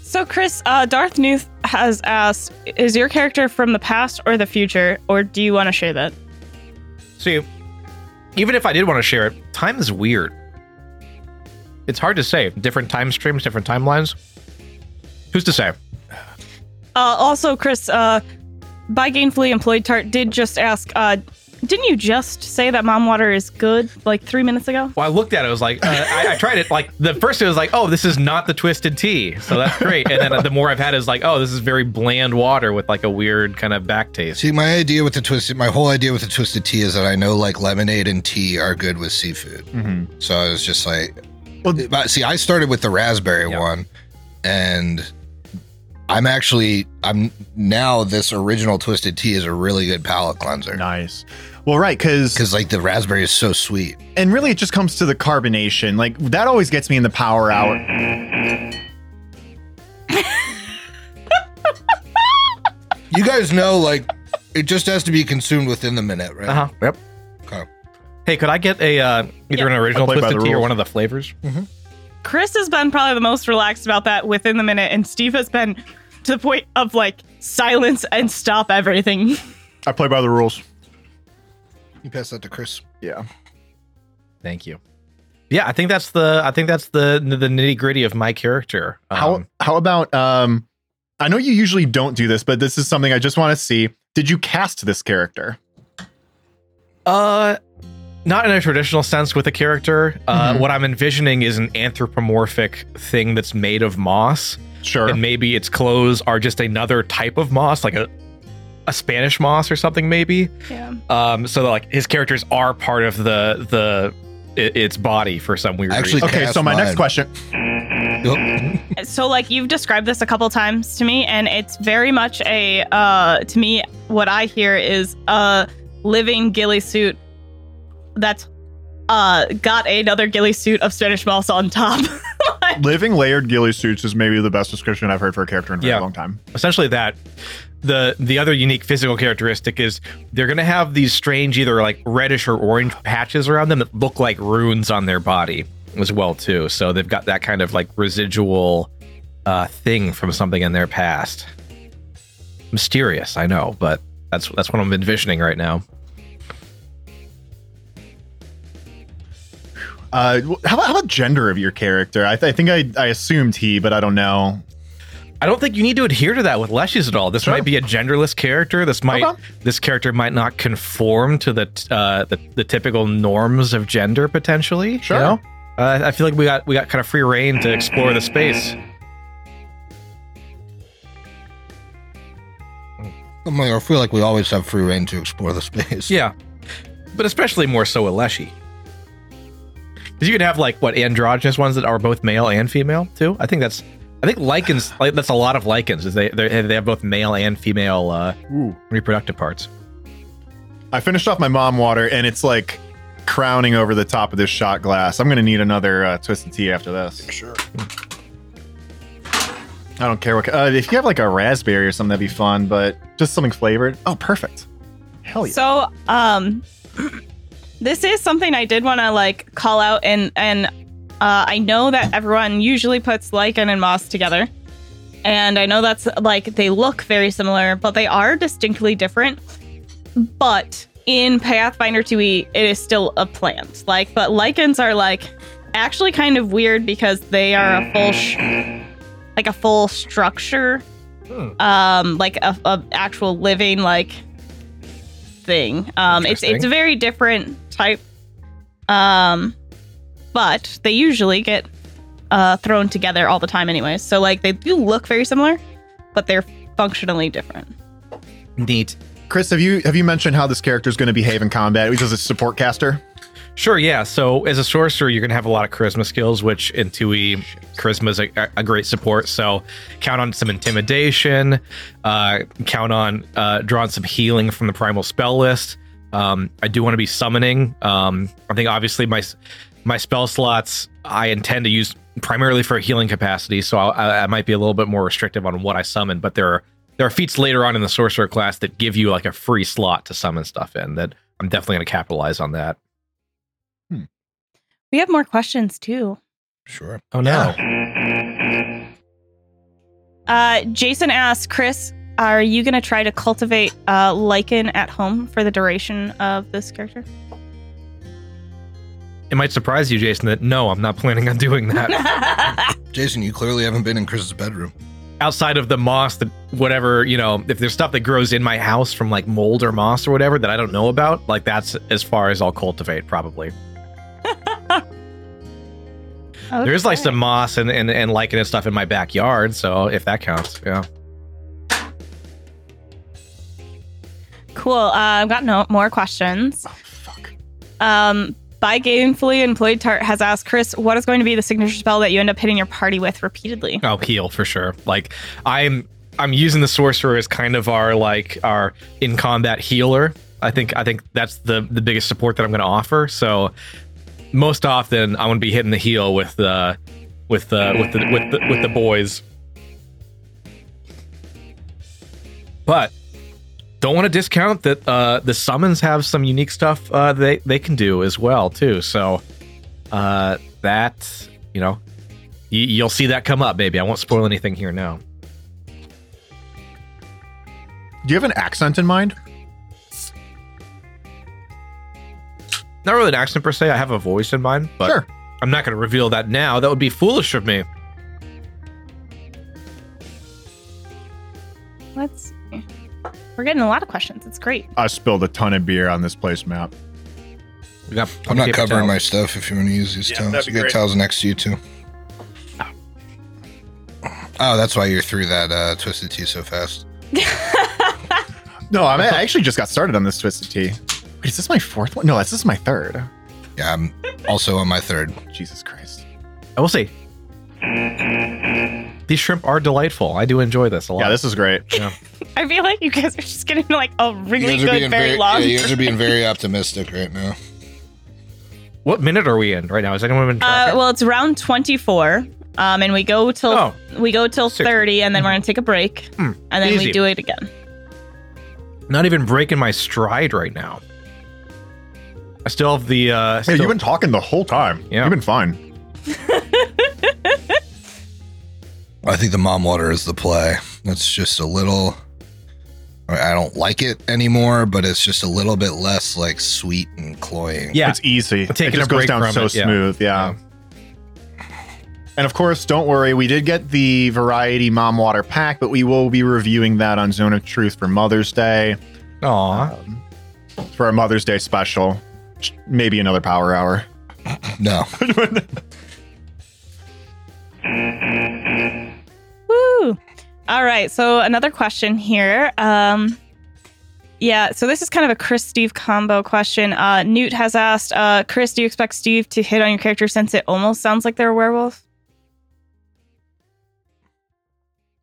S4: So, Chris, uh, Darth Newth has asked, "Is your character from the past or the future, or do you want to share that?"
S3: See, even if I did want to share it, time is weird. It's hard to say. Different time streams, different timelines. Who's to say?
S4: Uh, also, Chris, uh, by gainfully employed Tart did just ask, uh, didn't you just say that mom water is good like three minutes ago?
S3: Well, I looked at it. I was like, uh, I, I tried it. Like the first, it was like, oh, this is not the twisted tea, so that's great. And then the more I've had is like, oh, this is very bland water with like a weird kind of back taste.
S2: See, my idea with the twisted, my whole idea with the twisted tea is that I know like lemonade and tea are good with seafood.
S1: hmm
S2: So I was just like,
S1: Well,
S2: but see, I started with the raspberry
S3: Yeah.
S2: one, and I'm actually, I'm now this original twisted tea is a really good palate cleanser
S1: nice. Well, right, because
S2: because like the raspberry is so sweet.
S1: and really it just comes to the carbonation. Like that always gets me in the power hour.
S3: Mm-hmm.
S2: You guys know, like, it just has to be consumed within the minute, right?
S3: Uh huh. Yep.
S2: Okay.
S3: Hey, could I get a uh, either an original
S1: play by
S3: twisted
S1: the
S3: tea or
S1: rules.
S3: one of the flavors?
S4: Chris has been probably the most relaxed about that within the minute, and Steve has been to the point of like silence and stop everything. <laughs>
S1: I play by the rules.
S2: You pass that to Chris.
S1: Yeah.
S3: Thank you. Yeah, I think that's the I think that's the the nitty gritty of my character.
S1: how
S3: Um,
S1: how about um? I know you usually don't do this, but this is something I just want to see. Did you cast this character?
S3: Uh, not in a traditional sense with a character. Uh, what I'm envisioning is an anthropomorphic thing that's made of moss,
S1: Sure.
S3: and maybe its clothes are just another type of moss, like a a Spanish moss or something, maybe.
S4: Yeah.
S3: Um, so like his characters are part of the the i- its body for some weird
S2: Actually,
S3: reason.
S1: okay,
S2: cast
S1: so my
S2: mine.
S1: next question.
S3: <laughs>
S2: Yep.
S4: So, like, you've described this a couple times to me, and it's very much a, uh, to me, what I hear is a living ghillie suit that's uh, got another ghillie suit of Spanish moss on top. <laughs>
S1: Living layered ghillie suits is maybe the best description I've heard for a character in a very
S3: Yeah.
S1: long time.
S3: essentially that the the other unique physical characteristic is they're going to have these strange either like reddish or orange patches around them that look like runes on their body as well too so they've got that kind of like residual uh thing from something in their past mysterious i know but that's that's what i'm envisioning right now
S1: Uh, wh- how about, how about gender of your character? I, th- I think I, I assumed he, but I don't know.
S3: I don't think you need to adhere to that with Leshies at all. This
S1: Sure.
S3: might be a genderless character. This might
S1: Okay.
S3: this character might not conform to the t- uh, the, the typical norms of gender potentially.
S1: Sure.
S3: You know? uh, I feel like we got we got kind of free reign to explore the space.
S2: I'm like, Oh I feel like we always have free reign to explore the space.
S3: Yeah, but especially more so with Leshy. Because you could have like what androgynous ones that are both male and female too. I think that's I think lichens like that's a lot of lichens is they they're- they have both male and female uh,
S1: Ooh.
S3: reproductive parts.
S1: I finished off my mom water, and it's like crowning over the top of this shot glass. I'm gonna need another uh, twisted tea after this. Hmm.
S5: Sure.
S1: I don't care what. Uh, if you have like a raspberry or something, that'd be fun. But just something flavored. Oh, perfect. Hell yeah.
S4: So, um, <clears throat> this is something I did want to like call out, and and uh, I know that everyone usually puts lichen and moss together, and I know that's like they look very similar, but they are distinctly different. But in Pathfinder 2e, it is still a plant. Like, but lichens are like actually kind of weird because they are a full, sh- like a full structure, um, like a, a actual living like thing. Um, it's it's a
S3: Interesting.
S4: very different type. Um, but they usually get uh, thrown together all the time, anyways. So like they do look very similar, but they're functionally different.
S3: Neat.
S1: Chris, have you have you mentioned how this character is gonna behave in combat? He's as a support caster.
S3: Sure, yeah. So as a sorcerer, you're gonna have a lot of charisma skills, which in 2e, charisma is a, a great support. So count on some intimidation, uh, count on uh, drawing some healing from the primal spell list. Um, I do want to be summoning. Um, I think obviously my s- my spell slots I intend to use primarily for healing capacity, so I'll- I, I might be a little bit more restrictive on what I summon. But there are there are feats later on in the sorcerer class that give you like a free slot to summon stuff in. That I'm definitely gonna capitalize on that.
S4: We have more questions too.
S2: Sure.
S3: Oh no.
S4: Uh, Jason asks, Chris, are you going to try to cultivate uh, lichen at home for the duration of this
S2: <laughs>
S4: character?
S3: It might surprise you, Jason, that no, I'm not planning on doing
S4: <laughs>
S3: that.
S2: Jason, you clearly haven't been in Chris's bedroom.
S3: Outside of the moss that whatever, you know, if there's stuff that grows in my house from like mold or moss or whatever that I don't know about, like that's as far as I'll cultivate probably. There's like
S4: Okay.
S3: some moss and, and, and lichen and stuff in my backyard, so if that counts, yeah.
S4: Cool. Uh, I've got no more questions.
S1: Oh fuck.
S4: Um, by Gamefully Employed Tart has asked, Chris, what is going to be the signature spell that you end up hitting your party with repeatedly?
S3: Oh, heal for sure. Like I'm I'm using the sorcerer as kind of our like our in combat healer. I think I think that's the the biggest support that I'm going to offer. So most often I'm going to be hitting the heal with the with the with the with the, with the boys. But don't want to discount that uh, the summons have some unique stuff uh, they they can do as well too. So uh, that you know you, you'll see that come up, baby. I won't spoil anything here now.
S1: Do you have an accent in mind?
S3: Not really an accent per se. I have a voice in mind, but
S1: sure.
S3: I'm not going to reveal that now. That would be foolish of me.
S4: Let's. see. We're getting a lot of questions. It's great.
S1: I spilled a ton of beer on this place map.
S3: We got
S2: I'm not
S3: paper
S2: covering
S3: towels.
S2: my stuff if you want to use these
S5: Yeah,
S2: towels.
S5: that'd
S2: You
S5: be
S2: got
S5: great.
S2: towels next to you, too. Oh, that's why you're through that uh, twisted tea so fast.
S1: No, I'm, I actually just got started on this twisted tea. Wait, is this my fourth one? No, this is my third.
S2: Yeah, I'm also on my third.
S1: Jesus Christ.
S3: I will say, these shrimp are delightful. I do enjoy this a lot.
S1: Yeah, this is great.
S4: I feel like you guys are just getting like a really
S2: <laughs> you guys are
S4: good,
S2: being
S4: very
S2: very, yeah,
S4: long.
S2: you guys are being very optimistic right now.
S3: what minute are we in right now? Is anyone even
S4: Uh,
S3: tracking?
S4: well, it's round 24, um, and we go till
S3: Oh.
S4: we go till
S3: 60.
S4: 30, and then we're gonna take a break,
S3: Hmm.
S4: and then
S3: Easy.
S4: we do it again.
S3: not even breaking my stride right now. I still have the. Uh,
S1: Hey,
S3: still-
S1: you've been talking the whole time.
S3: Yeah.
S1: You've been fine.
S2: I think the mom water is the play. That's just a little I don't like it anymore, but it's just a little bit less like sweet and cloying.
S3: Yeah.
S1: It's easy.
S3: Taking
S1: it just
S3: a
S1: goes
S3: break
S1: down
S3: from
S1: so
S3: it, yeah.
S1: smooth. Yeah. And of course, don't worry, we did get the variety mom water pack, but we will be reviewing that on Zone of Truth for Mother's Day,
S3: Aw.
S1: for our Mother's Day special. Maybe another power hour.
S2: No.
S4: Woo! All right. So another question here. Um, yeah. So this is kind of a Chris Steve combo question. Uh, Newt has asked, uh, Chris, do you expect Steve to hit on your character since it almost sounds like they're a werewolf?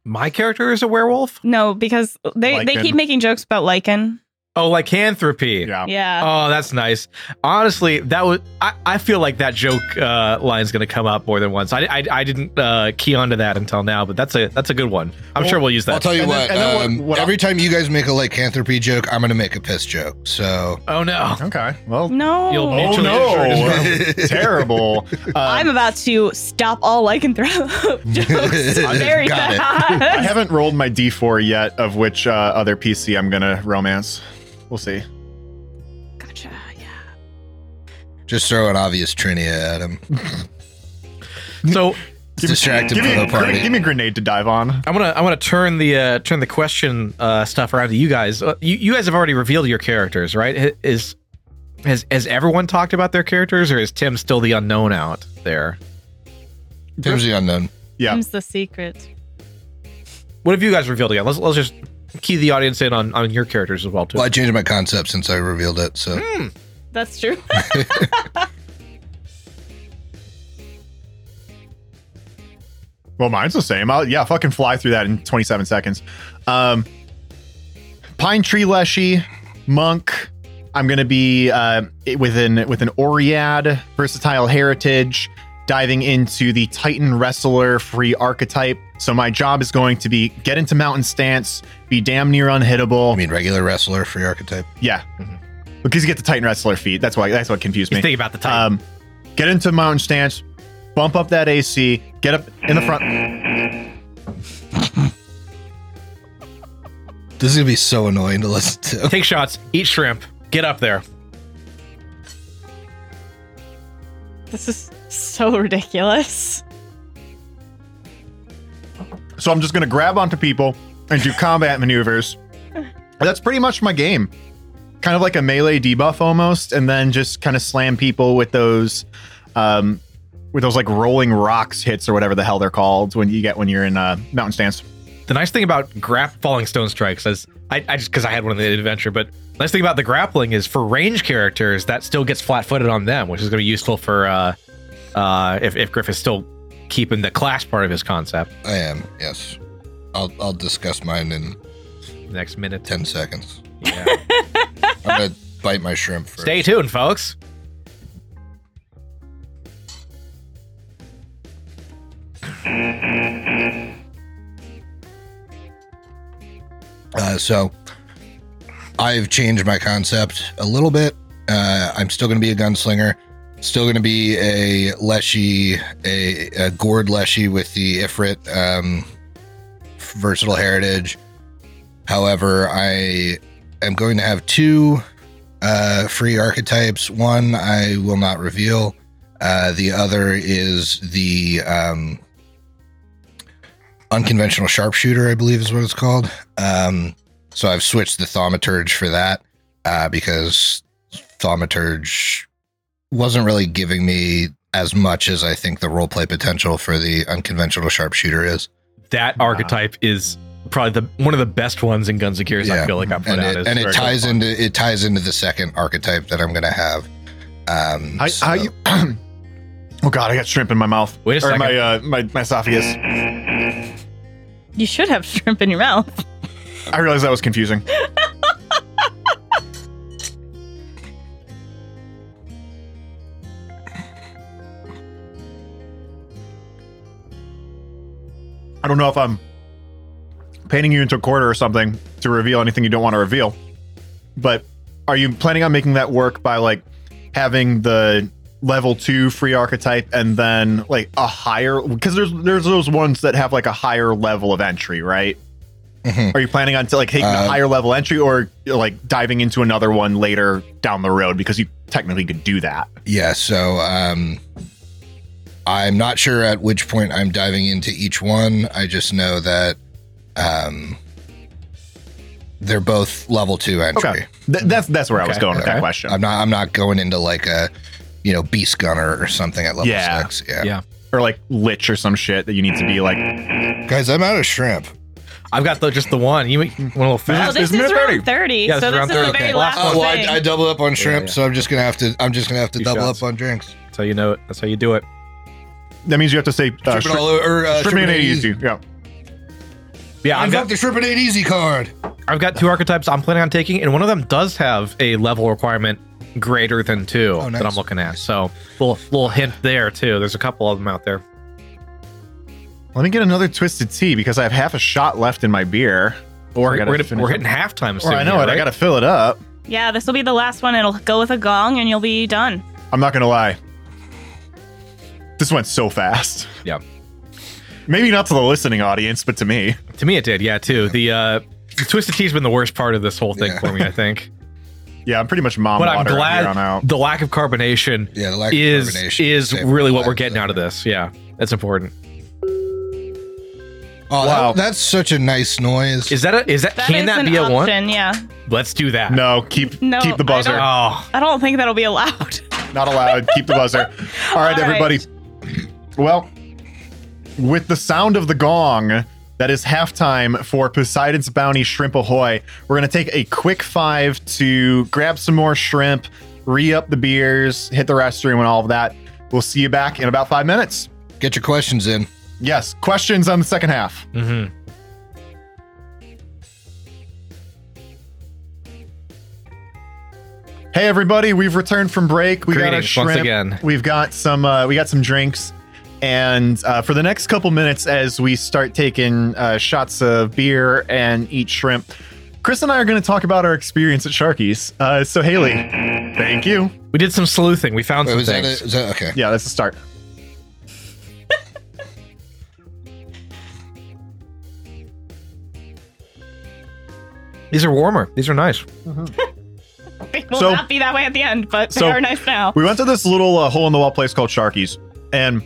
S3: My character is a werewolf?
S4: No, because they they
S1: Lycan.
S4: keep making jokes about lichen.
S3: Oh, lycanthropy.
S1: Yeah.
S4: Yeah.
S3: Oh, that's nice. Honestly, that was. I, I feel like that joke uh, line's going to come up more than once. I, I, I didn't uh, key onto that until now, but that's a that's a good one. I'm
S1: Well,
S3: sure we'll use that.
S2: I'll tell you
S1: And then-
S2: what,
S1: and then what-
S2: um,
S1: what I-
S2: every time you guys make a lycanthropy joke, I'm going to make a piss joke. So. <laughs>
S3: oh no!
S1: Okay. Well,
S4: no.
S3: You'll
S1: Oh,
S3: mutually
S1: no.
S3: assured as
S1: <laughs>
S3: well. <laughs>
S1: terrible. Uh,
S4: I'm about to stop all lycanthrope jokes very
S2: Got it.
S1: I <laughs>
S4: fast.
S1: haven't rolled my D4 yet, of which uh, other PC I'm going to romance. We'll see.
S4: Gotcha. Yeah.
S2: Just throw an obvious Trinia at him.
S3: So
S1: Give me-
S2: Distract him
S1: Give me,
S2: from
S1: a,
S2: the party.
S1: gre- give me a grenade to dive on.
S3: I'm gonna I want to turn the uh, turn the question uh, stuff around to you guys. Uh, you, you guys have already revealed your characters, right? H- Is has has everyone talked about their characters, or is Tim still the unknown out there?
S2: Tim's the unknown.
S1: Yeah.
S4: Tim's the secret.
S3: What have you guys revealed again? Let's let's just key the audience in on on your characters as well too.
S2: Well, I changed my concept since I revealed it. So
S3: Hmm.
S4: That's true.
S1: Well, mine's the same. I'll yeah, fucking fly through that in 27 seconds. Um, pine tree leshy, monk. I'm gonna be uh, with an with an Oread versatile heritage, diving into the Titan wrestler free archetype. So my job is going to be get into mountain stance, be damn near unhittable.
S2: I mean, regular wrestler, free archetype.
S1: yeah,
S3: Mhm.
S1: because you get the Titan wrestler feat. That's why that's what confused
S3: You
S1: me.
S3: think about the time.
S1: Um, get into mountain stance, bump up that AC, get up in the front.
S2: This is gonna be so annoying to listen
S1: <laughs>
S2: to.
S3: Take shots, eat shrimp, get up there.
S4: This is so ridiculous.
S1: So I'm just going to grab onto people and do combat maneuvers. That's pretty much my game. Kind of like a melee debuff almost, and then just kind of slam people with those, um, with those like rolling rocks hits or whatever the hell they're called when you get when you're in uh, mountain stance.
S3: The nice thing about grap falling stone strikes is I, I just because I had one in the adventure, but nice thing about the grappling is for range characters that still gets flat footed on them, which is going to be useful for uh, uh, if if Griff is still keeping the clash part of his concept
S2: I am. Yes. I'll I'll discuss mine in <laughs>
S3: next minute.
S2: ten seconds.
S3: Yeah.
S2: I'm gonna bite my shrimp first.
S3: Stay tuned, folks.
S2: Uh, so I've changed my concept a little bit. Uh, I'm still going to be a gunslinger, still going to be a leshy, a, a gourd leshy with the Ifrit um, versatile heritage. However, I am going to have two uh, free archetypes. One I will not reveal. Uh, the other is the um, unconventional sharpshooter, I believe is what it's called. Um, so I've switched the thaumaturge for that uh, because thaumaturge wasn't really giving me as much as I think the roleplay potential for the unconventional sharpshooter is.
S3: That archetype is probably the one of the best ones in Guns and Gears. I
S2: Yeah.
S3: feel like I put
S2: and
S3: out.
S2: it,
S3: is
S2: and it
S3: very
S2: ties
S3: good.
S2: into it ties into the second archetype that I'm gonna have. Um,
S1: How,
S2: so-
S1: how you? <clears throat> oh god, I got shrimp in my mouth
S3: Wait a
S1: or
S3: second.
S1: my uh, my my esophagus.
S4: You should have shrimp in your mouth.
S1: I realized that was confusing. I don't know if I'm painting you into a corner or something to reveal anything you don't want to reveal, but are you planning on making that work by like having the level two free archetype and then like a higher because there's there's those ones that have like a higher level of entry, right?
S2: Mhm.
S1: Are you planning on to like taking
S2: Uh,
S1: a higher level entry or like diving into another one later down the road because you technically could do that?
S2: Yeah, so um I'm not sure at which point I'm diving into each one. I just know that um they're both level 2 entry.
S1: Okay. Th- that's that's where I was
S3: Okay.
S1: going with
S3: Okay.
S1: that question.
S2: I'm not I'm not going into like a you know beast gunner or something at level
S1: Yeah.
S2: 6. Yeah.
S3: Yeah.
S1: or like lich or some shit that you need to be like
S2: Guys, I'm out of shrimp. uh,
S3: I've got the, just the one. You went a little
S4: Oh,
S3: fast.
S4: this
S6: Isn't
S4: is
S6: it
S4: round
S6: 30?
S4: 30.
S3: Yeah, this
S4: so
S3: is
S4: this
S3: round
S4: is the
S3: 30.
S4: very
S3: Okay.
S4: last
S3: Last
S4: one.
S2: Oh, well, I, I double up on shrimp,
S3: yeah.
S2: so I'm just going to have to I'm just going to have to
S3: Two
S2: double
S3: shots.
S2: up on drinks.
S3: So you know it. That's how you do it.
S1: that means you have to say uh,
S2: Shrimp it all over, or, uh,
S1: Shrimp
S2: shrimp
S1: and
S2: it
S1: easy.
S2: easy.
S1: Yeah.
S3: Yeah, I've
S2: I've
S3: got,
S2: got the shrimp and eight easy card.
S3: I've got two archetypes I'm planning on taking, and one of them does have a level requirement greater than two
S2: Oh,
S3: that I'm
S2: nice.
S3: looking at. So little little hint there too. There's a couple of them out there.
S1: Let me get another twisted tea because I have half a shot left in my beer.
S3: Or
S1: I
S3: we're,
S1: gotta
S3: gonna-
S1: finish
S3: we're
S1: up.
S3: hitting halftime soon.
S1: Or I know
S3: here,
S1: it. I
S3: right?
S1: gotta fill it up.
S4: yeah, this will be the last one. It'll go with a gong and you'll be done.
S1: I'm not gonna lie. This went so fast.
S3: Yeah.
S1: Maybe not to the listening audience, but to me.
S3: To me, it did. Yeah, too. The uh, the twisted tea's been the worst part of this whole thing
S2: Yeah.
S3: for me. I think,
S1: Yeah, <laughs> I'm pretty much mom
S3: but I'm
S1: water
S3: glad
S1: here on
S3: <laughs>
S1: out.
S3: the lack of carbonation
S2: Yeah, the lack
S3: is
S2: of carbonation
S3: is
S2: saved
S3: really
S2: my
S3: what we're
S2: life,
S3: getting
S2: so.
S3: out of this. Yeah, that's important.
S2: Oh,
S1: Wow.
S2: that, that's such a nice noise.
S3: Is that a is that,
S4: That
S3: can
S4: is
S3: that
S4: an
S3: be a one?
S4: option, yeah.
S3: Let's do that.
S1: No, keep
S4: No,
S1: keep the
S4: I
S1: buzzer.
S4: don't-
S3: Oh,
S4: I don't think that'll be allowed. <laughs>
S1: Not allowed. Keep the buzzer. All right,
S4: All right.
S1: everybody. Well, with the sound of the gong, that is halftime for Poseidon's Bounty Shrimp Ahoy. We're going to take a quick five to grab some more shrimp, re up the beers, hit the restroom, and all of that. We'll see you back in about five minutes.
S2: Get your questions in.
S1: Yes, questions on the second half.
S3: hmm
S1: Hey everybody, we've returned from break. We got a
S3: Greetings
S1: shrimp.
S3: once again.
S1: We've got some uh, we got some drinks. And uh, for the next couple minutes, as we start taking uh, shots of beer and eat shrimp, Chris and I are going to talk about our experience at Sharky's. Uh, so Haley, thank you.
S3: we did some sleuthing. We found
S2: Wait,
S3: some
S2: was that, a,
S3: things.
S2: was that okay?
S1: Yeah, that's the start.
S3: These are warmer. These are nice.
S4: It will
S1: So-
S4: not be that way at the end, but they
S1: so-
S4: are nice now.
S1: We went to this little uh, hole in the wall place called Sharky's, and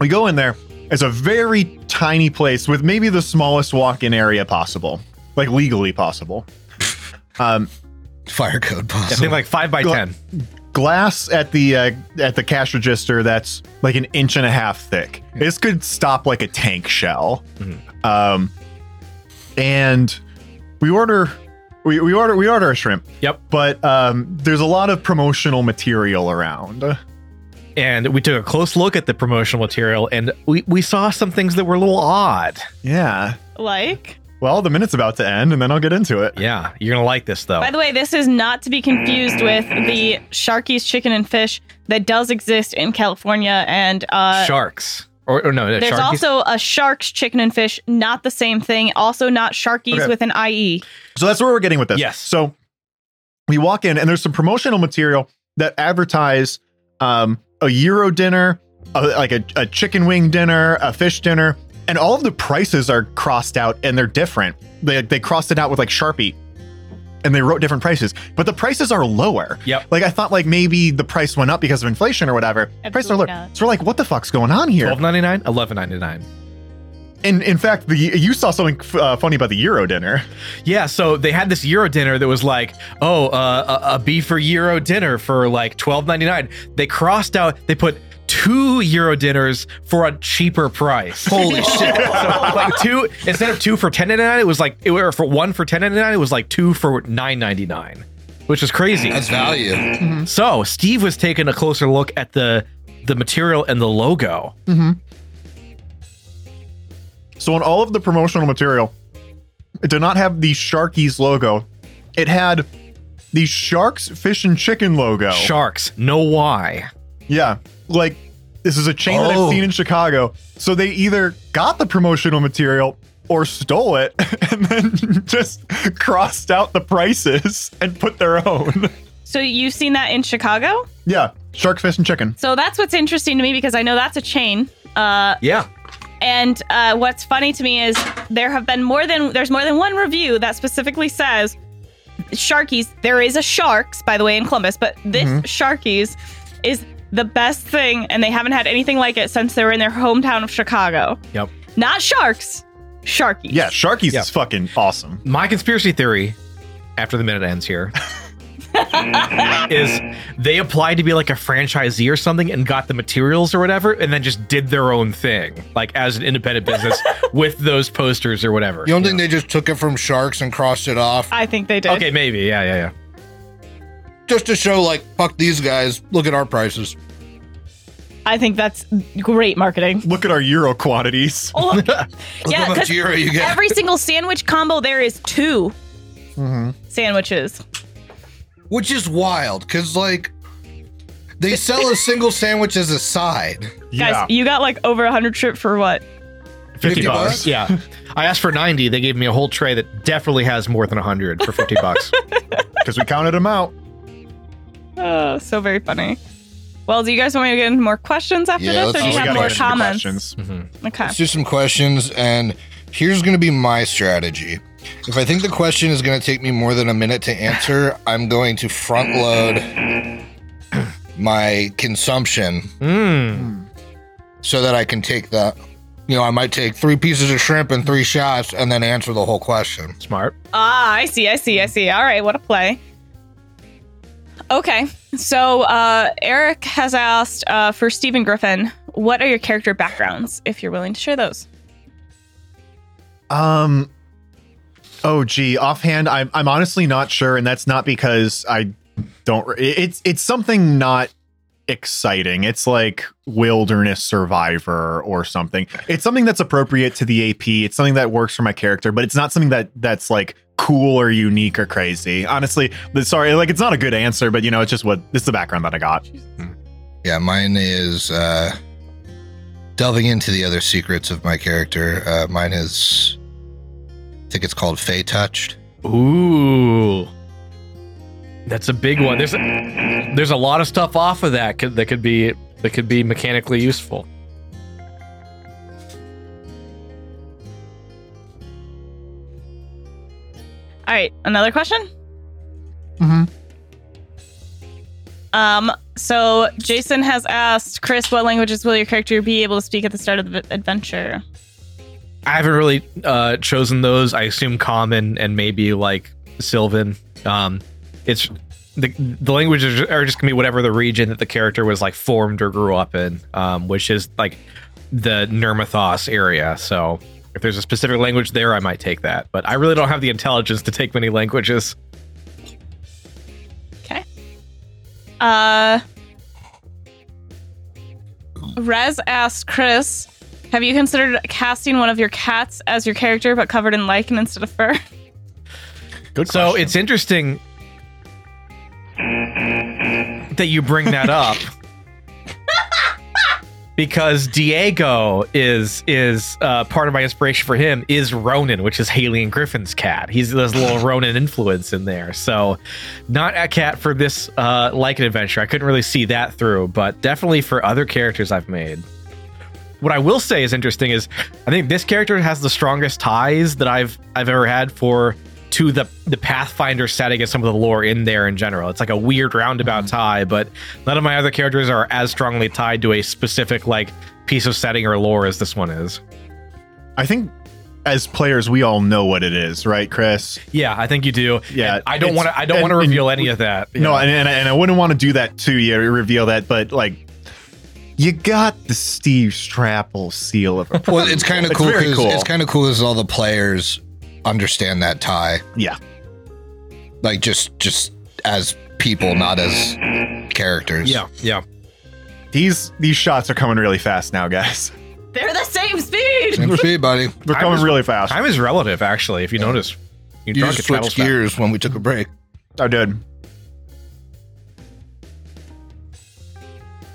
S1: we go in there. It's a very tiny place with maybe the smallest walk-in area possible, like legally possible. Um,
S2: Fire code
S3: I
S2: possible.
S3: think like five by
S1: Go-
S3: ten.
S1: glass at the uh, at the cash register that's like an inch and a half thick. This could stop like a tank shell.
S3: Mhm.
S1: Um, and we order we, we order we order a shrimp.
S3: Yep.
S1: But um, there's a lot of promotional material around.
S3: And we took a close look at the promotional material, and we we saw some things that were a little odd.
S1: Yeah.
S4: Like,
S1: Well, the minute's about to end, and then I'll get into it.
S3: Yeah, you're gonna like this though.
S4: by the way, this is not to be confused with the Sharky's chicken and fish that does exist in California. And uh,
S3: Sharks. Or, or no, no,
S4: there's
S3: sharkies.
S4: also a Shark's chicken and fish, not the same thing. Also, not Sharky's
S1: Okay.
S4: with an E. IE.
S1: So that's where we're getting with this.
S3: Yes.
S1: So we walk in and there's some promotional material that advertise um, a Euro dinner, a, like a, a chicken wing dinner, a fish dinner, and all of the prices are crossed out and they're different. They, they crossed it out with like Sharpie and they wrote different prices, but the prices are lower.
S3: Yep.
S1: Like I thought like maybe the price went up because of inflation or whatever. Prices are lower.
S4: Absolutely not.
S1: So we're like, what the fuck's going on here?
S3: twelve ninety nine, eleven ninety nine.
S1: And in fact, the you saw something uh, funny about the Euro dinner.
S3: Yeah, so they had this Euro dinner that was like, oh, uh, a, a B for Euro dinner for like twelve ninety nine. They crossed out, they put two Euro dinners for a cheaper price. <laughs>
S2: Holy shit.
S3: so like two instead of two for ten ninety nine, it was like it were for one for ten ninety nine. It was like two for nine ninety nine, which is crazy.
S2: That's value.
S3: So Steve was taking a closer look at the the material and the logo.
S1: So on all of the promotional material, it did not have the Sharkies logo. It had the Sharks Fish and Chicken
S2: Oh.
S1: logo.
S3: Sharks, know why?
S1: yeah, like this is a chain that I've
S2: Oh.
S1: seen in Chicago. So they either got the promotional material or stole it <laughs> and then <laughs> just crossed out the prices and put their own. <laughs>
S4: So, you've seen that in Chicago?
S1: yeah, Shark Fish and Chicken.
S4: So, that's what's interesting to me because I know that's a chain. Uh,
S3: Yeah,
S4: And uh, what's funny to me is there have been more than there's more than one review that specifically says Sharkies. There is a Sharks, by the way, in Columbus, but this
S1: Mhm.
S4: Sharkies is the best thing, and they haven't had anything like it since they were in their hometown of Chicago.
S3: Yep.
S4: Not Sharks, Sharkies.
S1: Yeah, Sharky's
S3: Yeah.
S1: is fucking awesome.
S3: My conspiracy theory, after the minute ends here, is they applied to be like a franchisee or something and got the materials or whatever, and then just did their own thing, like as an independent business with those posters or whatever.
S2: You don't think they just took it from sharks and crossed it off
S4: I think they did.
S3: okay, maybe. Yeah, yeah, yeah.
S2: just to show, like, fuck these guys. Look at our prices.
S4: I think that's
S1: <laughs>
S4: great marketing.
S7: Look at our euro quantities.
S4: Oh,
S2: Look
S4: yeah,
S2: how much
S4: because
S2: euro you get.
S4: every single sandwich combo there is two
S2: Mm-hmm.
S1: Mhm.
S4: sandwiches.
S2: which is wild because, like, they sell a <laughs> single sandwich as a side.
S7: Yeah.
S4: Guys, you got like over a hundred trip for what?
S2: 50 bucks?
S3: Yeah. I asked for 90. They gave me a whole tray that definitely has more than 100 for 50
S4: <laughs>
S3: bucks.
S1: Because we counted them out.
S4: Oh, so very funny. Well, do you guys want me to get into more questions after
S2: Yeah, let's-
S4: this, or do
S2: oh,
S4: you
S2: we
S4: have
S2: gotta
S4: more
S2: get into the
S4: comments?
S3: Mhm.
S4: Okay.
S2: Let's do some questions, and here's going to be my strategy. If I think the question is going to take me more than a minute to answer, I'm going to front load my consumption
S3: Mm.
S2: so that I can take the, you know, I might take three pieces of shrimp and three shots and then answer the whole question.
S3: Smart.
S4: Ah, I see, I see, I see. All right, what a play. Okay, so uh, Eric has asked uh, for Stephen Griffin, what are your character backgrounds, if you're willing to share those?
S1: Um. Oh, gee. Offhand, I'm I'm honestly not sure, and that's not because I don't. re- it- It's it's something not exciting. It's like wilderness survivor or something. It's something that's appropriate to the AP. It's something that works for my character, but it's not something that that's like cool or unique or crazy. Honestly, but sorry, like it's not a good answer, but you know, it's just what it's the background that I got.
S2: Yeah, mine is uh, delving into the other secrets of my character. Uh, mine is, I think it's called Fey Touched.
S3: Ooh. That's a big one. There's a, there's a lot of stuff off of that could, that could be that could be mechanically useful.
S4: All right, another question? Um, so Jason has asked, Chris, what languages will your character be able to speak at the start of the v- adventure?
S3: I haven't really uh, chosen those. I assume common and maybe like Sylvan. Um, it's the the languages are just gonna be whatever the region that the character was like formed or grew up in, um, which is like the Nermathos area. So if there's a specific language there, I might take that. But I really don't have the intelligence to take many languages.
S4: Uh, Rez asked Chris, have you considered casting one of your cats as your character but covered in lichen instead of fur? <laughs>
S1: Good.
S3: So it's interesting that you bring that up because Diego is is uh, part of my inspiration for him is Ronan, which is Haley and Griffin's cat. He's there's a little Ronan influence in there, so not a cat for this uh, like an adventure. I couldn't really see that through, but definitely for other characters I've made. What I will say is interesting is I think this character has the strongest ties that I've I've ever had for to the the Pathfinder setting and some of the lore in there in general. It's like a weird
S1: Mm-hmm.
S3: roundabout tie, but none of my other characters are as strongly tied to a specific like piece of setting or lore as this one is.
S1: I think as players, we all know what it is, right, Chris?
S3: Yeah, I think you do.
S1: Yeah,
S3: And I don't
S1: it's-
S3: want to. I don't
S1: and-
S3: want to
S1: and
S3: reveal
S1: we-
S3: any of that.
S1: No,
S3: Yeah.
S1: and, and and I wouldn't want to do that to you, reveal that, but like you got the Steve Strapple seal of approval.
S2: Well, it's kind of
S1: It's
S2: cool.
S1: very
S2: 'cause-
S1: cool.
S2: It's kind of cool as all the players understand that tie.
S1: Yeah.
S2: Like just just as people, not as characters.
S3: yeah, yeah.
S1: these these shots are coming really fast now, guys. <laughs>
S4: They're the same speed!
S2: Same speed, buddy.
S1: They're
S3: I
S1: coming
S3: was-
S1: really fast.
S3: Time is relative, actually. If you notice,
S2: You
S3: you, drunk,
S2: just
S3: it travels
S2: switched
S3: fast.
S2: gears when we took a break.
S1: I did.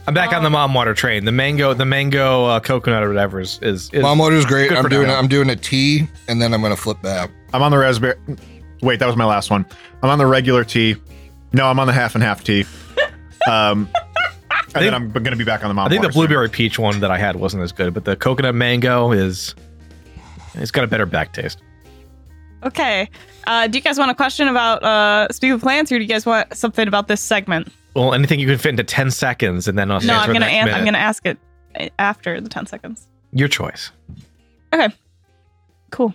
S3: I'm back on the mom water train. The mango, the mango uh, coconut or whatever is is, is
S2: Mom order's great.
S3: good
S2: I'm
S3: for
S2: doing
S3: now.
S2: I'm doing a T and then I'm gonna flip back.
S1: I'm on the raspberry. Wait, that was my last
S3: <laughs>
S1: one. I'm on the regular tea. No, I'm on the half and half tea. Um, and
S3: think-
S1: then I'm going to be back on the
S3: I
S1: mountain.
S3: think the blueberry peach one that I had wasn't as good, but the coconut mango is. It's got a better back taste.
S4: Okay. Uh, do you guys want a question about uh, Speak of Plants, or do you guys want something about this segment?
S3: Well, anything you can fit into ten seconds, and then I'll
S4: no, I'm
S3: answer
S4: gonna
S3: the
S4: an-
S3: next
S4: I'm
S3: minute.
S4: gonna ask it uh, after the 10 seconds.
S3: Your choice.
S4: Cool.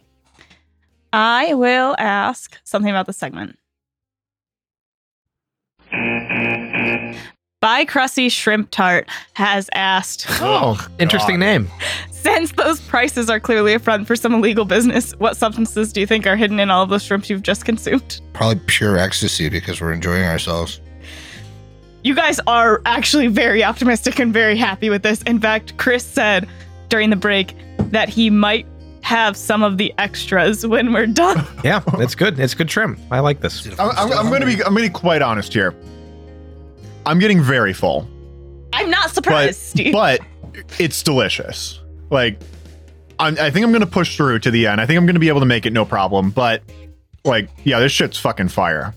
S4: I will ask something about this segment. By Crusty Shrimp Tart has
S3: <gasps>
S4: asked.
S3: Oh, interesting name.
S4: Since those prices are clearly a front for some illegal business, what substances do you think are hidden in all of those shrimps you've just consumed?
S2: Probably pure ecstasy because we're enjoying ourselves.
S4: You guys are actually very optimistic and very happy with this. In fact, Chris said during the break that he might have some of the extras when we're done.
S3: Yeah, it's good. It's good trim. I like this.
S1: I'm, I'm, I'm going to be I'm going to be quite honest here. I'm getting very full,
S4: <laughs> I'm not surprised, Steve.
S1: but it's delicious. Like I'm, I think I'm going to push through to the end. I think I'm going to be able to make it no problem. But like, yeah, this shit's fucking fire.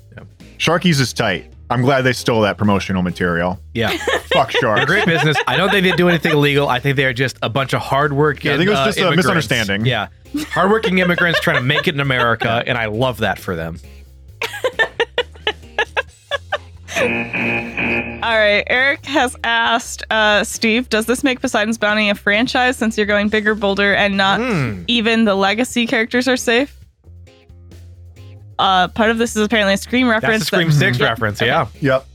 S1: Sharkies is tight. I'm glad they stole that promotional material.
S3: Yeah,
S1: Fuck Shark.
S3: <laughs> great business. I don't think they do anything illegal. I think they are just a bunch of hardworking.
S1: Yeah, I think it was
S3: uh,
S1: just a
S3: immigrants.
S1: misunderstanding.
S3: Yeah, hardworking immigrants trying to make it in America, and I love that for them.
S4: All right, Eric has asked uh, Steve, does this make Poseidon's Bounty a franchise since you're going bigger, bolder, and not
S3: Hmm.
S4: even the legacy characters are safe? Uh, part of this is apparently a Scream
S3: That's
S4: reference.
S3: a Scream
S4: that-
S3: Six reference. Yeah,
S1: Yep.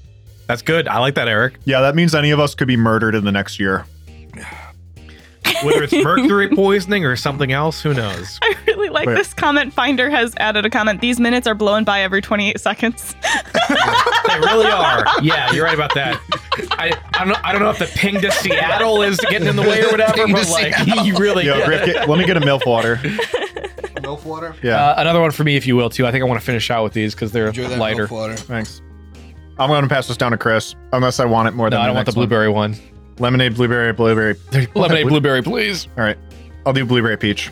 S3: that's good. I like that, Eric.
S1: Yeah, that means any of us could be murdered in the next year.
S3: Whether
S4: <laughs>
S3: it's mercury poisoning or something else, who knows?
S4: <laughs> I really like
S1: Wait.
S4: this comment. Finder has added a comment. These minutes are blown by every 28 seconds.
S3: They really are. Yeah, you're right about that. I, I don't know. I don't know if the ping to Seattle is getting in the way or whatever,
S2: Ping to
S3: but like
S2: Seattle.
S3: <laughs> you really.
S1: Yo, Griff, get, let me get a milk
S3: <laughs>
S1: water.
S2: milk water.
S1: Yeah,
S3: Uh, another one for me, if you will, too. I think I want to finish out with these because they're
S2: Enjoy that
S3: lighter.
S2: milk water.
S1: thanks. I'm going to pass this down to Chris, unless I want it more
S3: No,
S1: than
S3: I don't want the
S1: next one.
S3: blueberry one.
S1: Lemonade, blueberry, blueberry.
S3: Lemonade blueberry, please.
S1: All right. I'll do blueberry peach.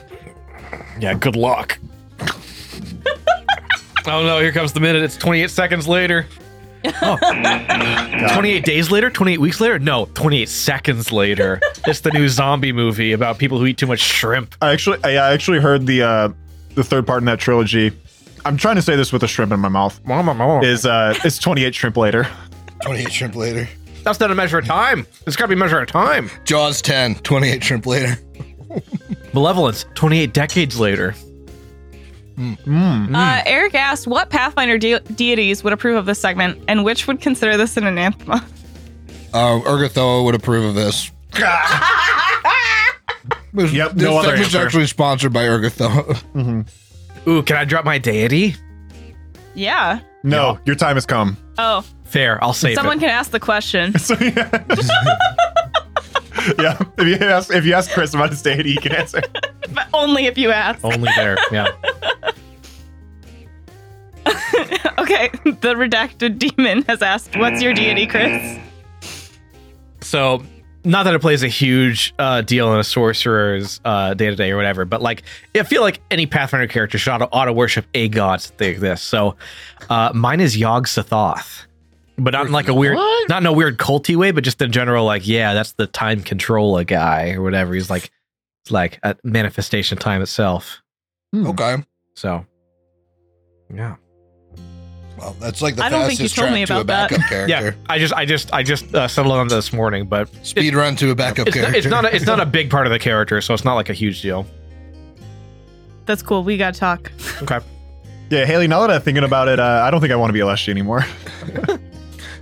S3: Yeah, good luck. <laughs> oh no, here comes the minute. It's 28 seconds later. <laughs> Oh. 28 days later? 28 weeks later? No, 28 seconds later. it's the new zombie movie about people who eat too much shrimp.
S1: I actually I I actually heard the uh the third part in that trilogy. I'm trying to say this with a shrimp in my mouth. Is uh it's 28 shrimp later.
S2: 28 shrimp later.
S3: That's not a measure of time. It's got to be a measure of time.
S2: Jaws 10, 28 shrimp later.
S3: Malevolence, 28 decades later.
S1: Mm.
S3: Hmm.
S4: Uh, Eric asked, what Pathfinder de- deities would approve of this segment, and which would consider this an anathema?
S2: Uh, Ergothoa would approve of this. This-
S1: Yep,
S2: this
S1: no other
S2: segment's
S1: answer.
S2: actually sponsored by Ergothoa.
S3: Ooh, can I drop my deity?
S4: <laughs> Yeah.
S1: No, your time has come.
S4: Oh,
S3: Fair, I'll save
S4: someone
S3: it.
S4: can ask
S3: <laughs>
S4: the question.
S1: So yeah. <laughs> yeah. If you ask if you ask Chris about his deity, he can answer.
S4: but only if you ask.
S3: Only there, yeah.
S4: <laughs> Okay, the redacted demon has asked, what's your deity, Chris?
S3: So, not that it plays a huge uh, deal in a sorcerer's uh, day to day or whatever, but like, I feel like any Pathfinder character should auto, auto worship a god like this. So, uh, mine is Yog Sothoth, but not in like a weird, not in a weird culty way, but just in general, like, yeah, that's the time controller guy or whatever. He's like, it's like a manifestation of time itself.
S2: okay.
S3: So, yeah.
S2: Well, that's like the
S4: I don't think you
S2: fastest
S4: told me
S2: track to a
S4: about that. <laughs>
S2: backup character.
S3: Yeah, I just, I just, I just uh, settled on this morning, but
S2: Speed run to a backup
S3: it's,
S2: character.
S3: it's not, a, it's not a big part of the character, so it's not like a huge deal.
S4: That's cool. We got to talk.
S3: Okay.
S1: Yeah, Haley, now that I'm thinking about it, uh, I don't think I want to be a Leshy anymore.
S3: <laughs>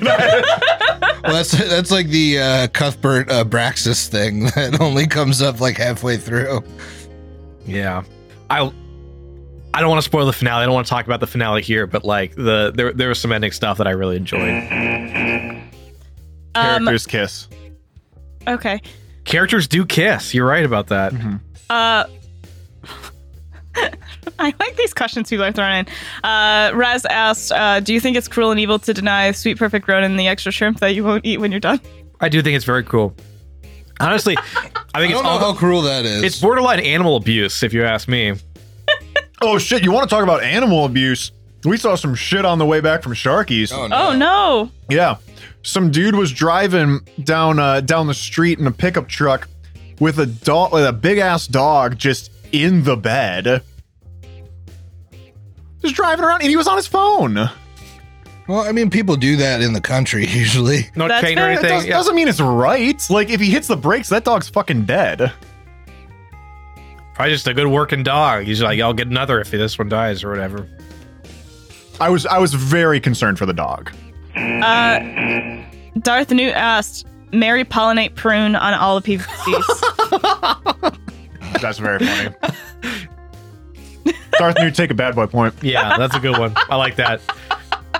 S2: <laughs>
S4: <laughs>
S2: well, that's that's like the uh, Cuthbert uh, Braxis thing <laughs> that only comes up like halfway through.
S3: Yeah, I I don't want to spoil the finale. I don't want to talk about the finale here, but like the there there was some ending stuff that I really enjoyed.
S4: um,
S1: Characters kiss.
S4: okay.
S3: Characters do kiss. You're right about that.
S4: Uh, <laughs> I like these questions people are throwing in. Uh, Raz asked, uh, "Do you think it's cruel and evil to deny Sweet Perfect Ronan the extra shrimp that you won't eat when you're done?"
S3: I do think it's very cool. Honestly, I
S2: I don't
S3: think it's
S2: know
S3: all
S2: how cruel that is.
S3: it's borderline animal abuse if you ask me.
S1: Oh shit, you want to talk
S2: Oh,
S1: about animal abuse? We saw some shit on the way back from Sharkies.
S4: Oh no!
S1: Yeah. some dude was driving down uh, down the street in a pickup truck with a dog with a big ass dog just in the bed. Just driving around and he was on his phone.
S2: Well, I mean, people do that in the country <laughs> usually.
S3: No
S4: That's
S3: chain or
S4: fair. It
S1: That
S3: anything.
S1: does,
S3: Yeah.
S1: doesn't mean it's right. Like if he hits the brakes, that dog's fucking dead.
S3: Probably just a good working dog. He's like, I'll get another if this one dies or whatever.
S1: I was I was very concerned for the dog.
S4: Uh, Darth Newt asked, "Mary pollinate prune on all the PVCs."
S1: That's very funny. <laughs> Darth New, take a bad boy point.
S3: Yeah, that's a good one. I like that.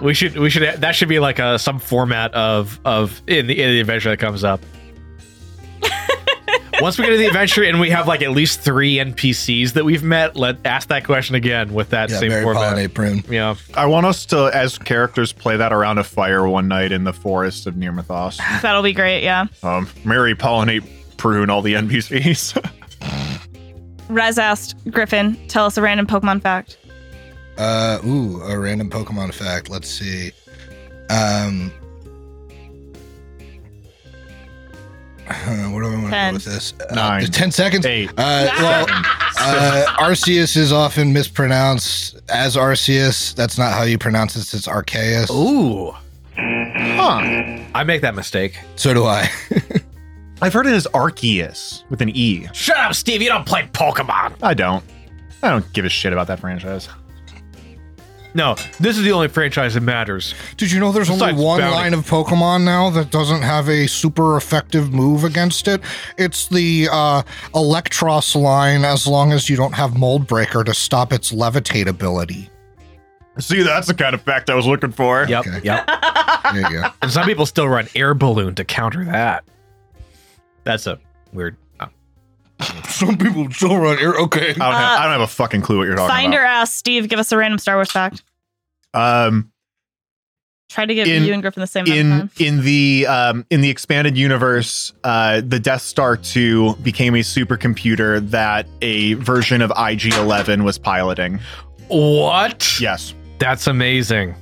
S3: We should we should that should be like a some format of of in the, in the adventure that comes up. Once we get to the adventure and we have like at least three NPCs that we've met, let ask that question again with that
S2: Yeah,
S3: same
S2: Mary
S3: format.
S2: pollinate prune.
S3: Yeah,
S1: I want us to, as characters, play that around a fire one night in the forest of Near Mythos.
S4: That'll be great. Yeah.
S1: Um, Mary pollinate prune all the NPCs.
S4: Rez asked Griffin, "Tell us a random Pokemon fact."
S2: Uh, ooh, a random Pokemon fact. Let's see. Um, uh, where do I want to go
S4: Ten.
S2: with this? Uh,
S1: Nine.
S2: Ten seconds.
S1: Eight.
S2: Uh,
S1: <laughs>
S2: well, uh, Arceus is often mispronounced as Arceus. That's not how you pronounce it. It's Arceus.
S3: Ooh,
S1: <laughs> Huh.
S3: I make that mistake.
S2: So do I.
S1: I've heard it as Arceus with an E.
S3: Shut up, Steve. You don't play Pokemon.
S1: I don't. I don't give a shit about that franchise.
S3: No, this is the only franchise that matters.
S2: Did you know there's only
S3: Besides
S2: one
S3: bounty.
S2: line of Pokemon now that doesn't have a super effective move against it? It's the uh, Electros line, as long as you don't have Mold Breaker to stop its levitate ability.
S1: See, that's the kind of fact I was looking for.
S3: Yep,
S2: Okay.
S3: yep.
S2: There you go.
S3: <laughs>
S2: <laughs>
S3: And some people still run air balloon to counter that. That's a weird. oh.
S2: Some people still run here. Okay.
S1: I don't, have, I don't have a fucking clue what you're talking
S4: Finder
S1: about.
S4: asked Steve, "Give us a random Star Wars fact."
S1: Um,
S4: Try to give
S1: In-
S4: you and Griffin the same amount of
S1: in
S4: time.
S1: in the um, in the expanded universe, uh, the Death Star two became a supercomputer that a version of IG eleven was piloting.
S3: What?
S1: Yes.
S3: That's amazing.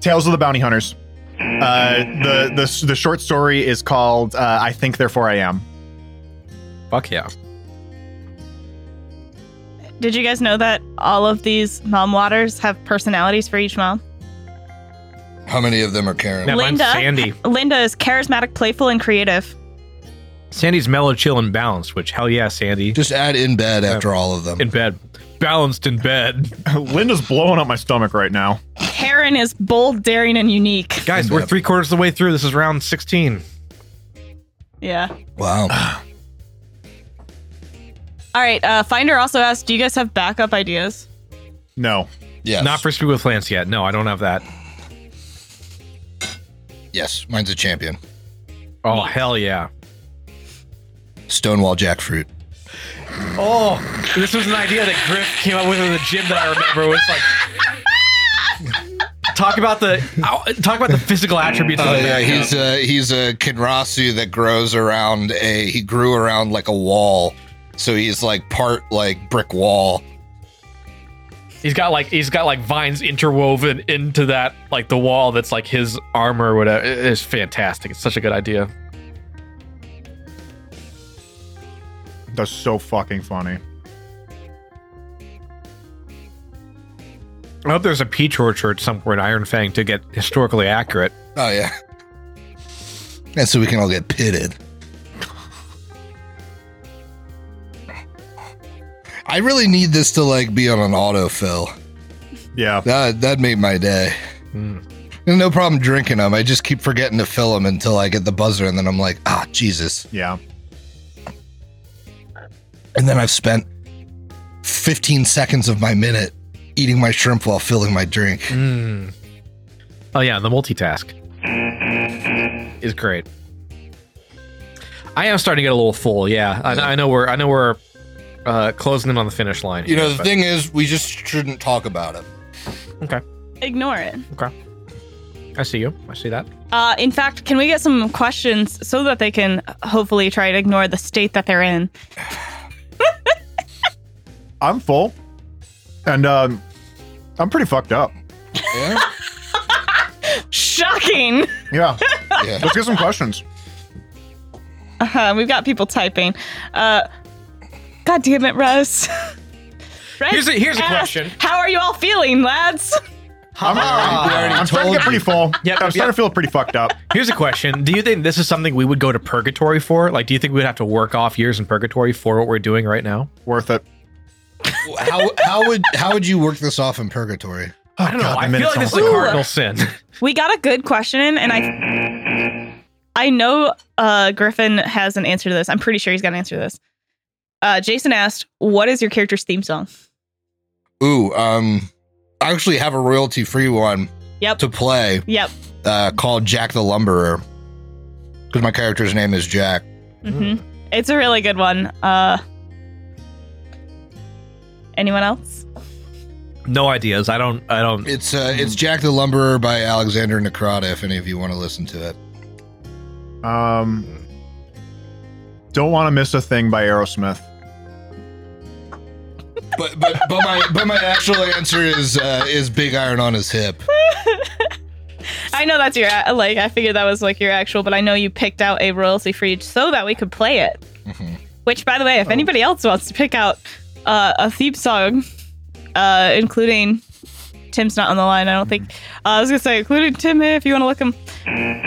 S1: Tales of the Bounty Hunters. Uh, the the the short story is called uh, "I Think Therefore
S5: <laughs>
S1: I Am."
S3: Fuck yeah.
S4: Did you guys know that all of these mom waters have personalities for each mom?
S2: How many of them are Karen?
S3: Now, mine's
S4: Linda?
S3: Sandy.
S4: Linda is charismatic, playful, and creative.
S3: Sandy's mellow, chill, and balanced, which, hell yeah, Sandy.
S2: Just add in bed after all of them.
S3: In bed. Balanced in bed.
S1: Linda's blowing up my stomach right now.
S4: Karen is bold, daring, and unique.
S3: Guys,
S2: In
S3: we're
S2: bed.
S3: three quarters of the way through. This is round 16.
S4: Yeah.
S3: <sighs>
S2: Wow.
S4: All right. Uh, Finder also asked, "Do you guys have backup ideas?"
S1: No,
S2: Yes.
S3: Not for Speed with Lance yet. No, I don't have that.
S2: Yes. Mine's a champion.
S3: Oh, hell yeah.
S2: Stonewall jackfruit.
S3: Oh, this was an idea that Griff came up with in the gym that I remember. was like. Talk about the ow, talk about the physical attributes.
S2: Oh
S3: of the
S2: yeah,
S3: backup.
S2: he's a he's a Kinrasu that grows around a he grew around like a wall, so he's like part like brick wall.
S3: He's got like he's got like vines interwoven into that like the wall that's like his armor or whatever. It- It's fantastic. It's such a good idea.
S1: that's so fucking funny.
S3: I hope there's a peach orchard somewhere in Iron Fang to get historically accurate.
S2: Oh yeah, and so we can all get pitted. I really need this to like be on an autofill.
S1: Yeah,
S2: That that made my day. Hmm. And no problem drinking them. I just keep forgetting to fill them until I get the buzzer, and then I'm like, ah, Jesus.
S1: yeah.
S2: And then I've spent 15 seconds of my minute eating my shrimp while filling my drink.
S3: Oh yeah, the multitask is great. I am starting to get a little full. Yeah, I, I know we're I know we're uh, closing in on the finish line.
S2: You know, the
S3: but-
S2: thing is, we just shouldn't talk about it.
S4: Ignore it.
S3: I see you. I see that.
S4: Uh, in fact, can we get some questions so that they can hopefully try to ignore the state that they're in?
S1: I'm full, and um, I'm pretty fucked up.
S2: Yeah?
S4: Shocking. <laughs>
S1: Yeah,
S2: <laughs> Yeah.
S5: Let's get some questions.
S3: <laughs>
S4: Uh, we've got people typing. Uh, God damn it, Russ. <laughs> Red
S3: Here's a- here's a
S4: asked,
S3: question.
S4: How are you all feeling, lads?
S5: I'm,
S3: Ah.
S5: I'm, I'm starting to get pretty full.
S3: Yep,
S5: I'm starting to feel pretty fucked up.
S3: Here's a question. Do you think this is something we would go to purgatory for? Like, do you think we'd have to work off years in purgatory for what we're doing right now?
S5: Worth it.
S2: how how would how would you work this off in purgatory?
S5: Oh,
S3: I don't know.
S5: God, the
S3: I feel
S5: minute's
S3: like this is a
S5: almost-
S3: cardinal sin. <laughs>
S4: We got a good question in, and I I know uh, Griffin has an answer to this. I'm pretty sure he's got an answer to this. Uh, Jason asked, "What is your character's theme song?"
S2: Ooh, um, I actually have a royalty free one.
S4: Yep.
S2: To play,
S4: Yep.
S2: uh, called Jack the Lumberer, because my character's name is Jack. Mm.
S4: hmm It's a really good one. Uh, anyone else?
S3: no ideas. I don't. I don't.
S2: It's uh, it's Jack the Lumberer by Alexander Necrata. If any of you want to listen to it,
S5: Um, don't want to miss a thing by Aerosmith.
S2: but but but my but my actual answer is uh, is Big Iron on his hip.
S4: I know that's your a- like. I figured that was like your actual, but I know you picked out a royalty free so that we could play it.
S2: Mhm.
S4: Which, by the way, if anybody else wants to pick out uh, a theme song, uh, including Tim's not on the line, I don't think.
S2: Mm-hmm.
S4: Uh, I was gonna say, including Tim, hey, if you want to look him.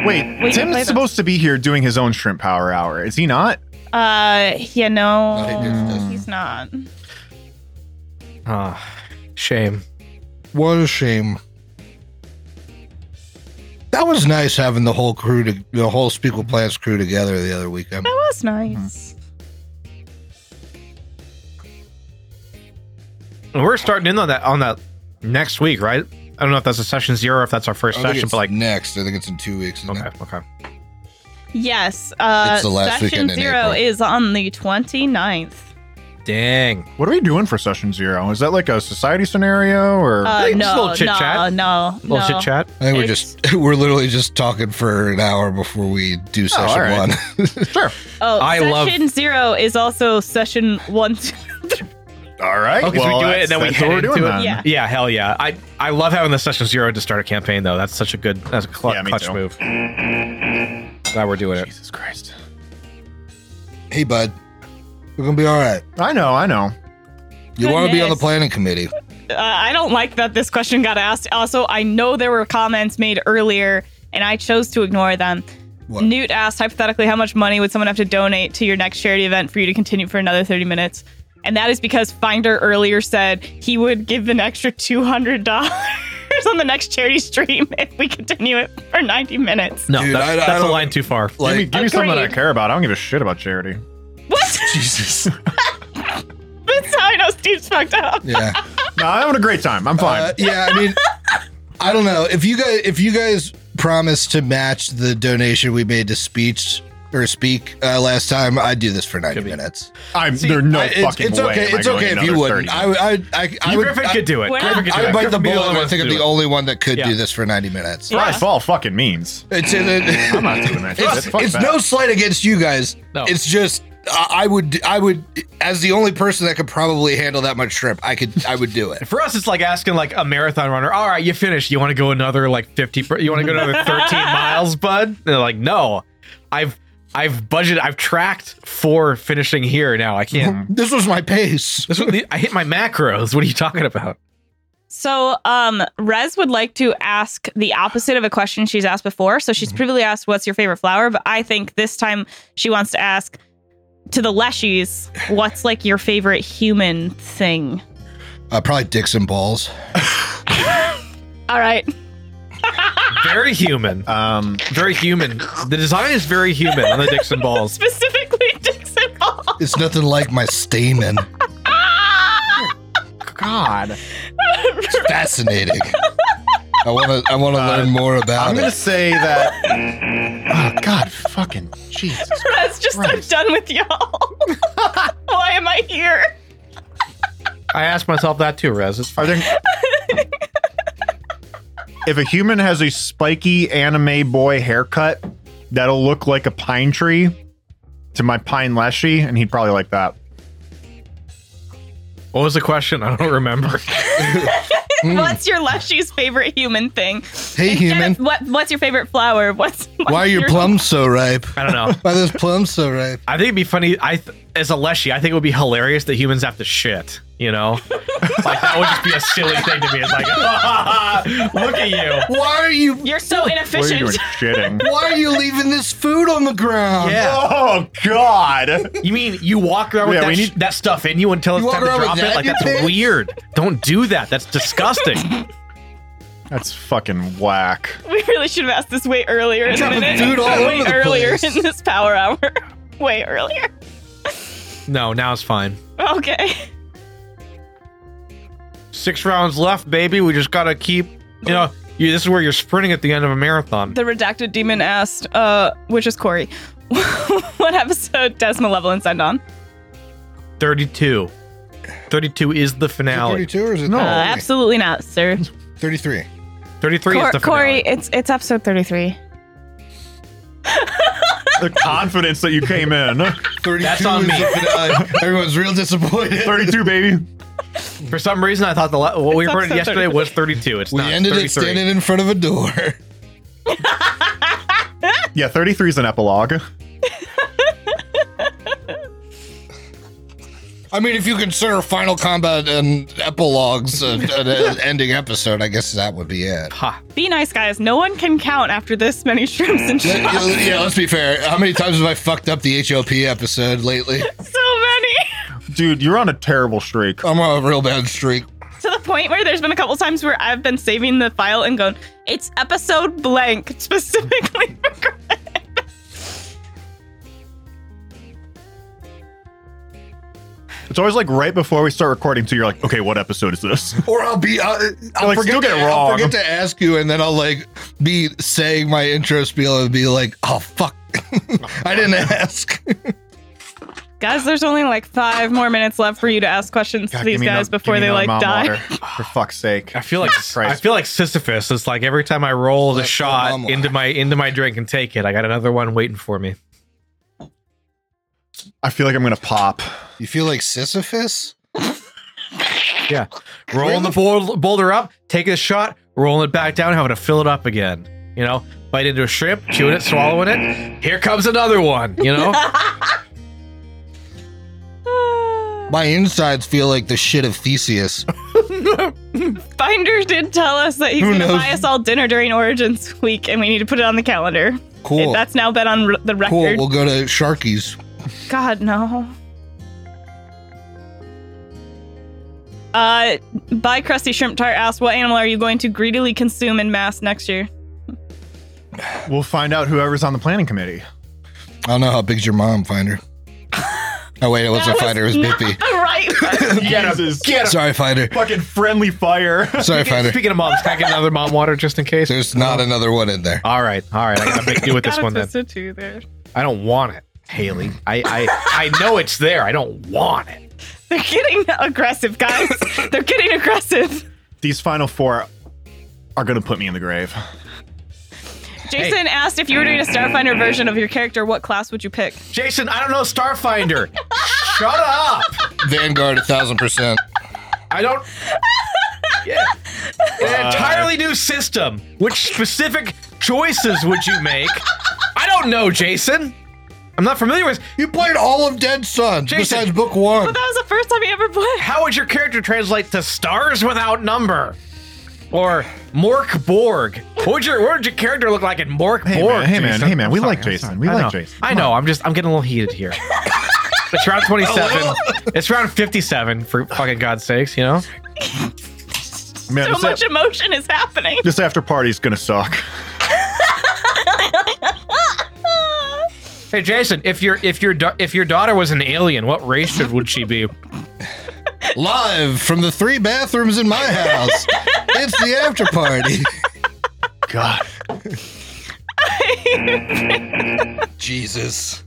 S5: Wait,
S4: We can play
S5: Tim's
S4: that.
S5: supposed to be here doing his own shrimp power hour. Is he not?
S4: Uh, you know,
S2: No, he didn't, doesn't.
S4: he's not.
S3: Ah, shame.
S2: What a shame. That was nice having the whole crew to the whole Speak with Plants crew together the other weekend.
S4: That was
S2: Mm-hmm.
S4: nice.
S3: And we're starting in on that on that next week, right? I don't know if that's a session zero, or if that's our first
S2: I think
S3: session,
S2: it's
S3: but like,
S2: next, I think it's in two weeks. isn't it?
S3: okay, okay.
S4: Yes. Uh,
S2: It's the last
S4: session
S2: weekend in April.
S4: zero is on the 29th.
S3: Dang.
S5: What are we doing for session zero? Is that like a society scenario or?
S2: <laughs>
S4: Uh,
S3: Hey, just a
S4: no,
S3: little chit-chat.
S4: no, no,
S3: Little
S4: no.
S3: chit chat.
S2: I think we're
S4: It's-
S2: just <laughs> we're literally just talking for an hour before we do session
S5: all right.
S2: one. <laughs>
S5: sure.
S4: Oh,
S3: I love-
S4: session zero is also session one. <laughs>
S5: All right.
S3: Okay, so we do it and then we
S5: that's
S3: head
S5: what we're doing
S3: into it.
S5: then.
S4: Yeah.
S3: Yeah, hell yeah. I I love having the session zero to start a campaign though. That's such a good that's a cl-
S5: Yeah, me
S3: clutch
S5: too.
S3: move. Glad we're doing it.
S5: Jesus Christ.
S2: hey, bud, we're gonna be all right.
S5: I know. I know.
S2: You want to be on the
S4: Goodness.
S2: planning committee?
S4: uh, I don't like that this question got asked. Also, I know there were comments made earlier, and I chose to ignore them.
S2: What?
S4: Newt asked hypothetically, how much money would someone have to donate to your next charity event for you to continue for another 30 minutes? And that is because Finder earlier said he would give an extra $200 <laughs> on the next charity stream <laughs> if we continue it for 90 minutes.
S3: No,
S2: Dude,
S3: that's,
S2: I- I
S3: that's a
S2: don't-
S3: line too far.
S5: give me,
S2: Like
S5: give me something that I
S4: Agreed.
S5: care about. I don't give a shit about charity.
S4: What?
S2: <laughs>
S4: <laughs>
S2: Jesus.
S4: That's how I know Steve's fucked up.
S2: Yeah.
S5: No, I'm having a great time. I'm fine.
S2: Uh, yeah, I mean, I don't know if you guys if you guys promise to match the donation we made to speech or speak uh, last time, I'd do this for ninety minutes.
S5: I'm there's no
S2: I- it's,
S5: fucking
S2: it's
S5: way.
S2: okay.
S5: am I
S2: It's
S5: going
S2: okay if you
S5: another 30.
S2: wouldn't. I would. I, would- I, I
S3: You,
S2: would.
S3: Griffin
S2: I,
S3: could do it.
S4: We're
S3: Griffin
S4: not-
S3: could do
S2: I
S3: it.
S2: would bite the
S3: Griffin be
S2: bullet.
S3: one
S2: and
S3: of
S2: I
S3: us
S2: think I'm
S3: to do
S2: the
S3: it.
S2: only one that could
S3: Yeah.
S2: do this for ninety minutes.
S5: Fry
S4: Yeah.
S5: fall fucking means.
S2: It's in a,
S5: I'm not doing that.
S2: Mm. It's,
S5: shit. Fuck
S2: it's
S5: that.
S2: no slight against you guys.
S3: No.
S2: It's just I, I would I would as the only person that could probably handle that much shrimp, I could I would do
S3: <laughs>
S2: it.
S3: For us, it's like asking like a marathon runner. All right, you finished. You want to go another like fifty? Per- you want to go another thirteen miles, bud? And they're like, no, I've I've budgeted. I've tracked for finishing here. Now I
S2: <laughs>
S3: can't.
S2: This was my pace.
S3: this, I hit my macros. What are you talking about?
S4: So, um, Rez would like to ask the opposite of a question she's asked before. So she's previously asked, "What's your favorite flower?" But I think this time she wants to ask to the Leshies, "What's like your favorite human thing?"
S2: Uh, probably Dixon balls.
S4: All right, <laughs>
S3: Very human.
S5: Um,
S3: Very human. The design is very human on the Dixon balls.
S4: specifically Dixon Hall.
S2: It's nothing like my stamen.
S4: Ah!
S5: God.
S2: Fascinating. I want to I want to
S5: Uh,
S2: learn more about
S5: I'm
S2: it.
S5: gonna say
S2: <laughs>
S5: that. oh God, fucking Jesus.
S4: Rez, just I'm
S5: Christ.
S4: done
S2: <laughs>
S4: with y'all. Why am I here?
S3: I asked myself that too, Rez. It's fine.
S5: Are there? <laughs> if a human has a spiky anime boy haircut, that'll look like a pine tree to my pine leshy, and he'd probably like that.
S3: What was the question? I don't remember.
S2: Mm.
S4: What's your Leshy's favorite human thing?
S2: Hey,
S4: Instead of
S2: human.
S4: what, what's your favorite flower? What's
S2: Why are your plums so ripe?
S3: I don't know.
S2: Why are those plums so ripe?
S3: I think it'd be funny. I th- as a leshy, I think it would be hilarious that humans have to shit.
S2: <laughs>
S3: You know, like that would just be a silly thing to me. It's like, <laughs> look at you.
S2: Why are you?
S4: You're so
S5: What are you doing?
S4: inefficient.
S5: <laughs> Shitting.
S2: Why are you leaving this food on the ground?
S3: Yeah,
S5: Oh God!
S3: you mean you walk around with
S5: Yeah,
S3: that,
S5: we
S3: sh-
S5: need-
S3: that stuff in you until
S2: You
S3: it's time
S2: walk
S3: to
S2: around with
S3: drop
S2: that
S3: it?
S2: in
S3: Like
S2: your
S3: that's
S2: pants?
S3: weird. Don't do that. That's disgusting.
S2: <laughs>
S5: That's fucking whack.
S4: <laughs> we really should have asked this way earlier in the
S2: Dropping
S4: minute.
S2: food all
S4: way
S2: over the
S4: earlier
S2: place.
S4: in this power hour. <laughs> way earlier.
S3: no, now it's fine.
S4: Okay.
S3: Six rounds left, baby. We just gotta keep. You know, you, this is where you're sprinting at the end of a marathon.
S4: The redacted demon asked, uh, which is Corey, <laughs> what episode does Malevolence end on?
S3: 32. 32 is the
S2: Is it
S3: finale.
S2: 32 or is it
S5: No.
S4: Uh,
S2: 33?
S4: absolutely not, sir.
S2: 33.
S3: 33 is
S4: Cor-
S3: the
S4: Corey,
S3: finale.
S4: it's it's episode 33.
S5: The confidence that you came in.
S2: 32
S3: That's on
S2: is
S3: me.
S2: the finale. Everyone's real disappointed.
S5: Thirty-two, baby.
S3: For some reason, I thought the la- what we
S4: It's
S3: recorded
S4: episode
S3: yesterday was 32. It's
S2: We
S3: not.
S2: ended
S3: 33.
S2: it standing in front of a door.
S5: Yeah, thirty-three is an epilogue.
S2: I mean, if you consider Final Combat and epilogues an an ending episode, I guess that would be it.
S3: Ha.
S4: Be nice, guys. No one can count after this many shrimps and
S2: <laughs> Yeah,
S4: shrimps.
S2: yeah, yeah, let's be fair. How many times have I fucked up the HOP episode lately?
S4: <laughs> so many. <laughs>
S5: Dude, you're on a terrible streak.
S2: I'm on a real bad streak.
S4: to the point where there's been a couple times where I've been saving the file and going, it's episode blank <laughs> specifically. for Greg."
S5: It's always like right before we start recording, too. You're like, okay, what episode is this?
S2: Or I'll be, I'll, I'll,
S5: like,
S2: forget
S5: still get it
S2: to, I'll
S5: wrong.
S2: forget to ask you, and then I'll like be saying my intro spiel and be like, oh, fuck. <laughs> I didn't ask.
S4: guys, there's only like five more minutes left for you to ask questions to these
S5: give me
S4: guys
S5: no-
S4: before
S5: give me
S4: they
S5: no
S4: like
S5: mom
S4: die.
S5: water, for fuck's
S4: <sighs>
S5: sake.
S3: I feel like I
S5: Christ.
S3: feel like Sisyphus. It's like every time I roll the
S2: That's
S3: shot
S2: phenomenal.
S3: into my into my drink and take it, I got another one waiting for me.
S5: I feel like I'm gonna pop.
S2: You feel like Sisyphus?
S3: Rolling the bowl- boulder up, taking a shot, rolling it back down, having to fill it up again. You know, bite into a shrimp, chewing it, swallowing it. Here comes another one. You <laughs> know,
S2: My insides feel like the shit of Theseus.
S4: <laughs> Binder did tell us that he's
S2: Who
S4: going to
S2: knows?
S4: buy us all dinner during Origins week, and we need to put it on the calendar.
S2: Cool.
S4: That's now been on r- the
S2: cool.
S4: record.
S2: We'll go to Sharky's.
S4: God, no. Uh, by Krusty Shrimp Tart asked, "What animal are you going to greedily consume in mass next year?"
S5: We'll find out whoever's on the planning committee.
S2: I don't know how big's your mom,
S4: <laughs>
S2: Finder. Oh wait, it wasn't
S4: That
S2: Finder. It was
S4: not <laughs>
S2: Bippy.
S4: the right.
S3: <laughs>
S5: Jesus, <laughs> get
S2: Sorry, Finder.
S5: fucking friendly fire. <laughs>
S2: Sorry, Finder.
S3: speaking of moms, can I get another mom water just in case?
S2: There's
S4: Uh-huh.
S2: not another one in there.
S3: All right, all right. I gotta make do <laughs> with this
S4: Gotta
S3: one then.
S4: twist it too there.
S3: I don't want it, Haley. I I, I know it's there. I don't want it.
S4: They're getting
S3: <laughs>
S4: aggressive, guys. They're getting aggressive.
S5: These final four are gonna put me in the grave.
S4: Jason asked if you were doing a Starfinder version of your character, what class would you pick?
S3: Jason, I don't know Starfinder. Shut up.
S2: Vanguard, a thousand percent.
S3: I don't. Yeah. An entirely new system. Which specific choices would you make? I don't know, Jason. I'm not familiar with.
S2: You played all of Dead Sun
S3: Jason.
S2: besides book one.
S4: <laughs> But that was the first time he ever played.
S3: How would your character translate to stars without number? Or Mork Borg? What would your what would your character look like in Mork
S5: Hey,
S3: Borg?
S5: man, hey, man,
S3: Jason?
S5: hey, man, we like
S3: I'm
S5: Jason.
S3: sorry.
S5: We
S3: I
S5: like
S3: know.
S5: Jason.
S3: I know. I'm just I'm getting a little heated here. <laughs> it's round 27. it's round 57 for fucking God's sakes, you know.
S5: Man,
S4: So
S5: this,
S4: much
S5: ap-
S4: emotion is
S3: <laughs>
S4: happening. <laughs>
S5: this after party's gonna suck.
S3: Hey Jason, if your if your da- if your daughter was an alien, what race should would she be?
S2: Live from the three bathrooms in my house. it's the after party.
S5: God,
S2: <laughs> Jesus.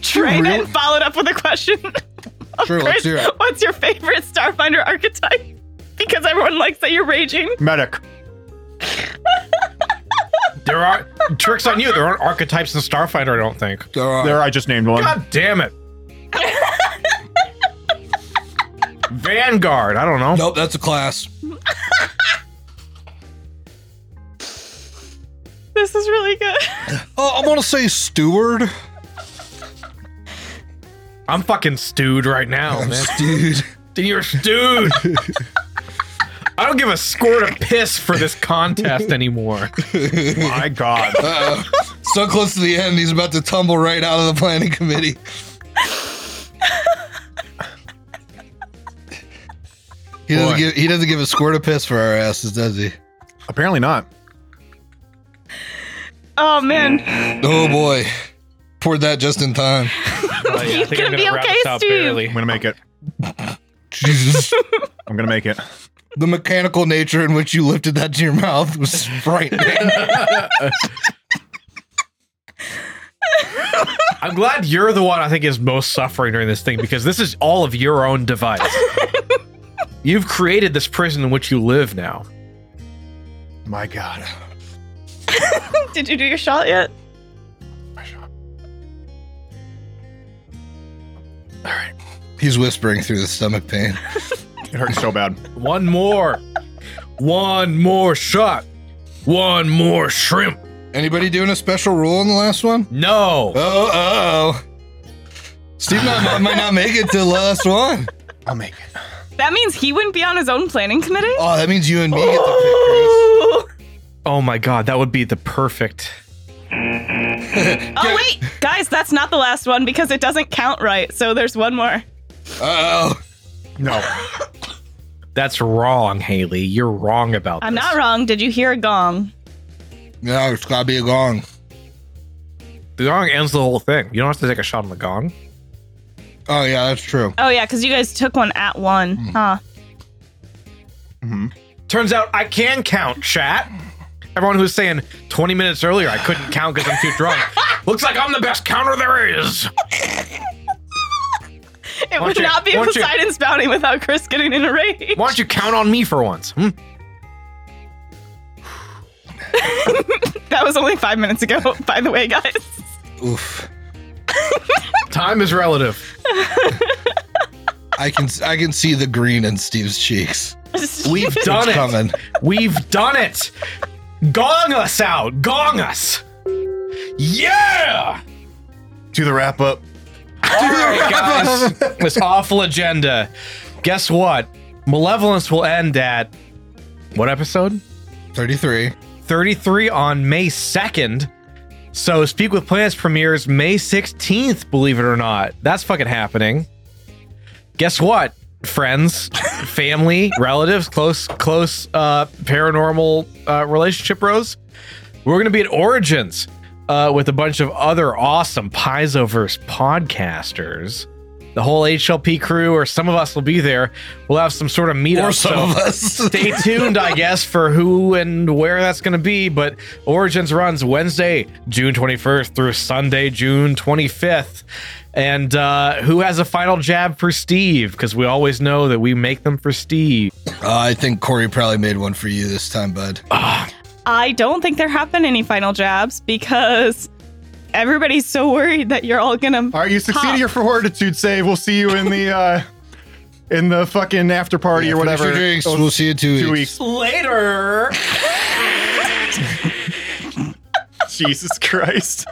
S4: Trey then followed up with a question. of
S2: Sure, let's hear it.
S4: What's your favorite Starfinder archetype? <laughs> Because everyone likes that you're raging.
S5: medic.
S3: There are tricks on you. There aren't archetypes in Starfighter, I don't think.
S2: All right.
S5: There, I just named one.
S3: God damn it. Vanguard, I don't know.
S2: Nope, that's a class.
S4: This is really good. <laughs>
S2: Oh, I'm gonna say steward.
S3: I'm fucking stewed right now,
S2: I'm
S3: man.
S2: stewed.
S3: Dude, you're stewed. I don't give a squirt of piss for this contest anymore.
S5: My God.
S2: Uh-oh. so close to the end, he's about to tumble right out of the planning committee. He doesn't,
S5: Boy.
S2: give, he doesn't give a squirt of piss for our asses, does he?
S5: Apparently not.
S4: Oh man,
S2: Oh boy. Poured that just in time.
S4: You're gonna be okay, Steve.
S5: I'm gonna make it.
S2: <laughs> Jesus.
S5: I'm gonna make it.
S2: the mechanical nature in which you lifted that to your mouth was <laughs> frightening.
S3: I'm glad you're the one I think is most suffering during this thing because this is all of your own
S4: <laughs>
S3: device. You've created this prison in which you live now.
S5: My God.
S4: did you do your shot yet?
S2: He's whispering through the stomach pain.
S5: It hurts so bad.
S3: One more. One more shot. One more shrimp.
S2: Anybody doing a special rule on the last one?
S3: No.
S2: Oh, oh. Steve not, might not make it to the last one.
S5: I'll make it.
S4: That means he wouldn't be on his own planning committee.
S2: Oh, that means you and me get the pick, Chris.
S4: Oh
S3: Oh my god, that would be the perfect.
S4: Oh, wait, guys, that's not the last one because it doesn't count right. So there's one more.
S2: Oh,
S5: No.
S3: That's wrong, Haley. You're wrong about
S4: I'm
S3: this.
S4: not wrong. Did you hear a gong?
S2: yeah, it's gotta be a gong.
S3: The gong ends the whole thing. You don't have to take a shot on the gong.
S2: Oh yeah, that's true.
S4: Oh yeah, because you guys took one at one, huh?
S3: Turns out I can count, chat. Everyone who's saying 20 minutes earlier I couldn't count because I'm too
S4: <laughs>
S3: drunk. Looks like I'm the best counter there is.
S4: It
S3: Why
S4: would
S3: don't you-
S4: not be
S3: why don't you-
S4: Poseidon's bounty without Chris getting in a rage.
S3: Why don't you count on me for once? Hmm?
S4: That was only five minutes ago, <laughs> by the way, guys.
S2: Oof.
S3: Time is relative.
S2: I can I can see the green in Steve's cheeks.
S4: <laughs>
S3: <laughs> We've
S2: It's
S3: done it.
S2: coming.
S3: We've done it. Gong us out. Gong us. Yeah.
S5: To the wrap up.
S3: All right, <laughs> guys. this awful agenda. Guess what? Malevolence will end at what episode?
S2: Thirty-three.
S3: 33 on May 2nd. So Speak with Plants premieres May 16th, believe it or not. That's fucking happening. Guess what? Friends, <laughs> family, relatives, close, close uh, paranormal uh, relationship bros. We're going to be at Origins uh, with a bunch of other awesome Piezoverse podcasters. The whole HLP crew, or some of us will be there. We'll have some sort of meetup.
S2: Or some
S3: so-
S2: of us.
S3: stay tuned, I guess, for who and where that's going to be. But Origins runs Wednesday, June 21st through Sunday, June 25th. And uh, who has a final jab for Steve? Because we always know that we make them for Steve.
S2: Uh, I think Corey probably made one for you this time, bud.
S4: I don't think there have been any final jabs because everybody's so worried that you're all gonna.
S1: All right, you
S4: Huh.
S1: succeeded your fortitude save. We'll see you in the uh in the fucking after party
S2: Yeah,
S1: or
S2: finish
S1: whatever.
S2: your drinks.
S1: Oh,
S2: We'll see you in two,
S1: two
S2: weeks.
S1: weeks.
S3: Later.
S1: Jesus Christ.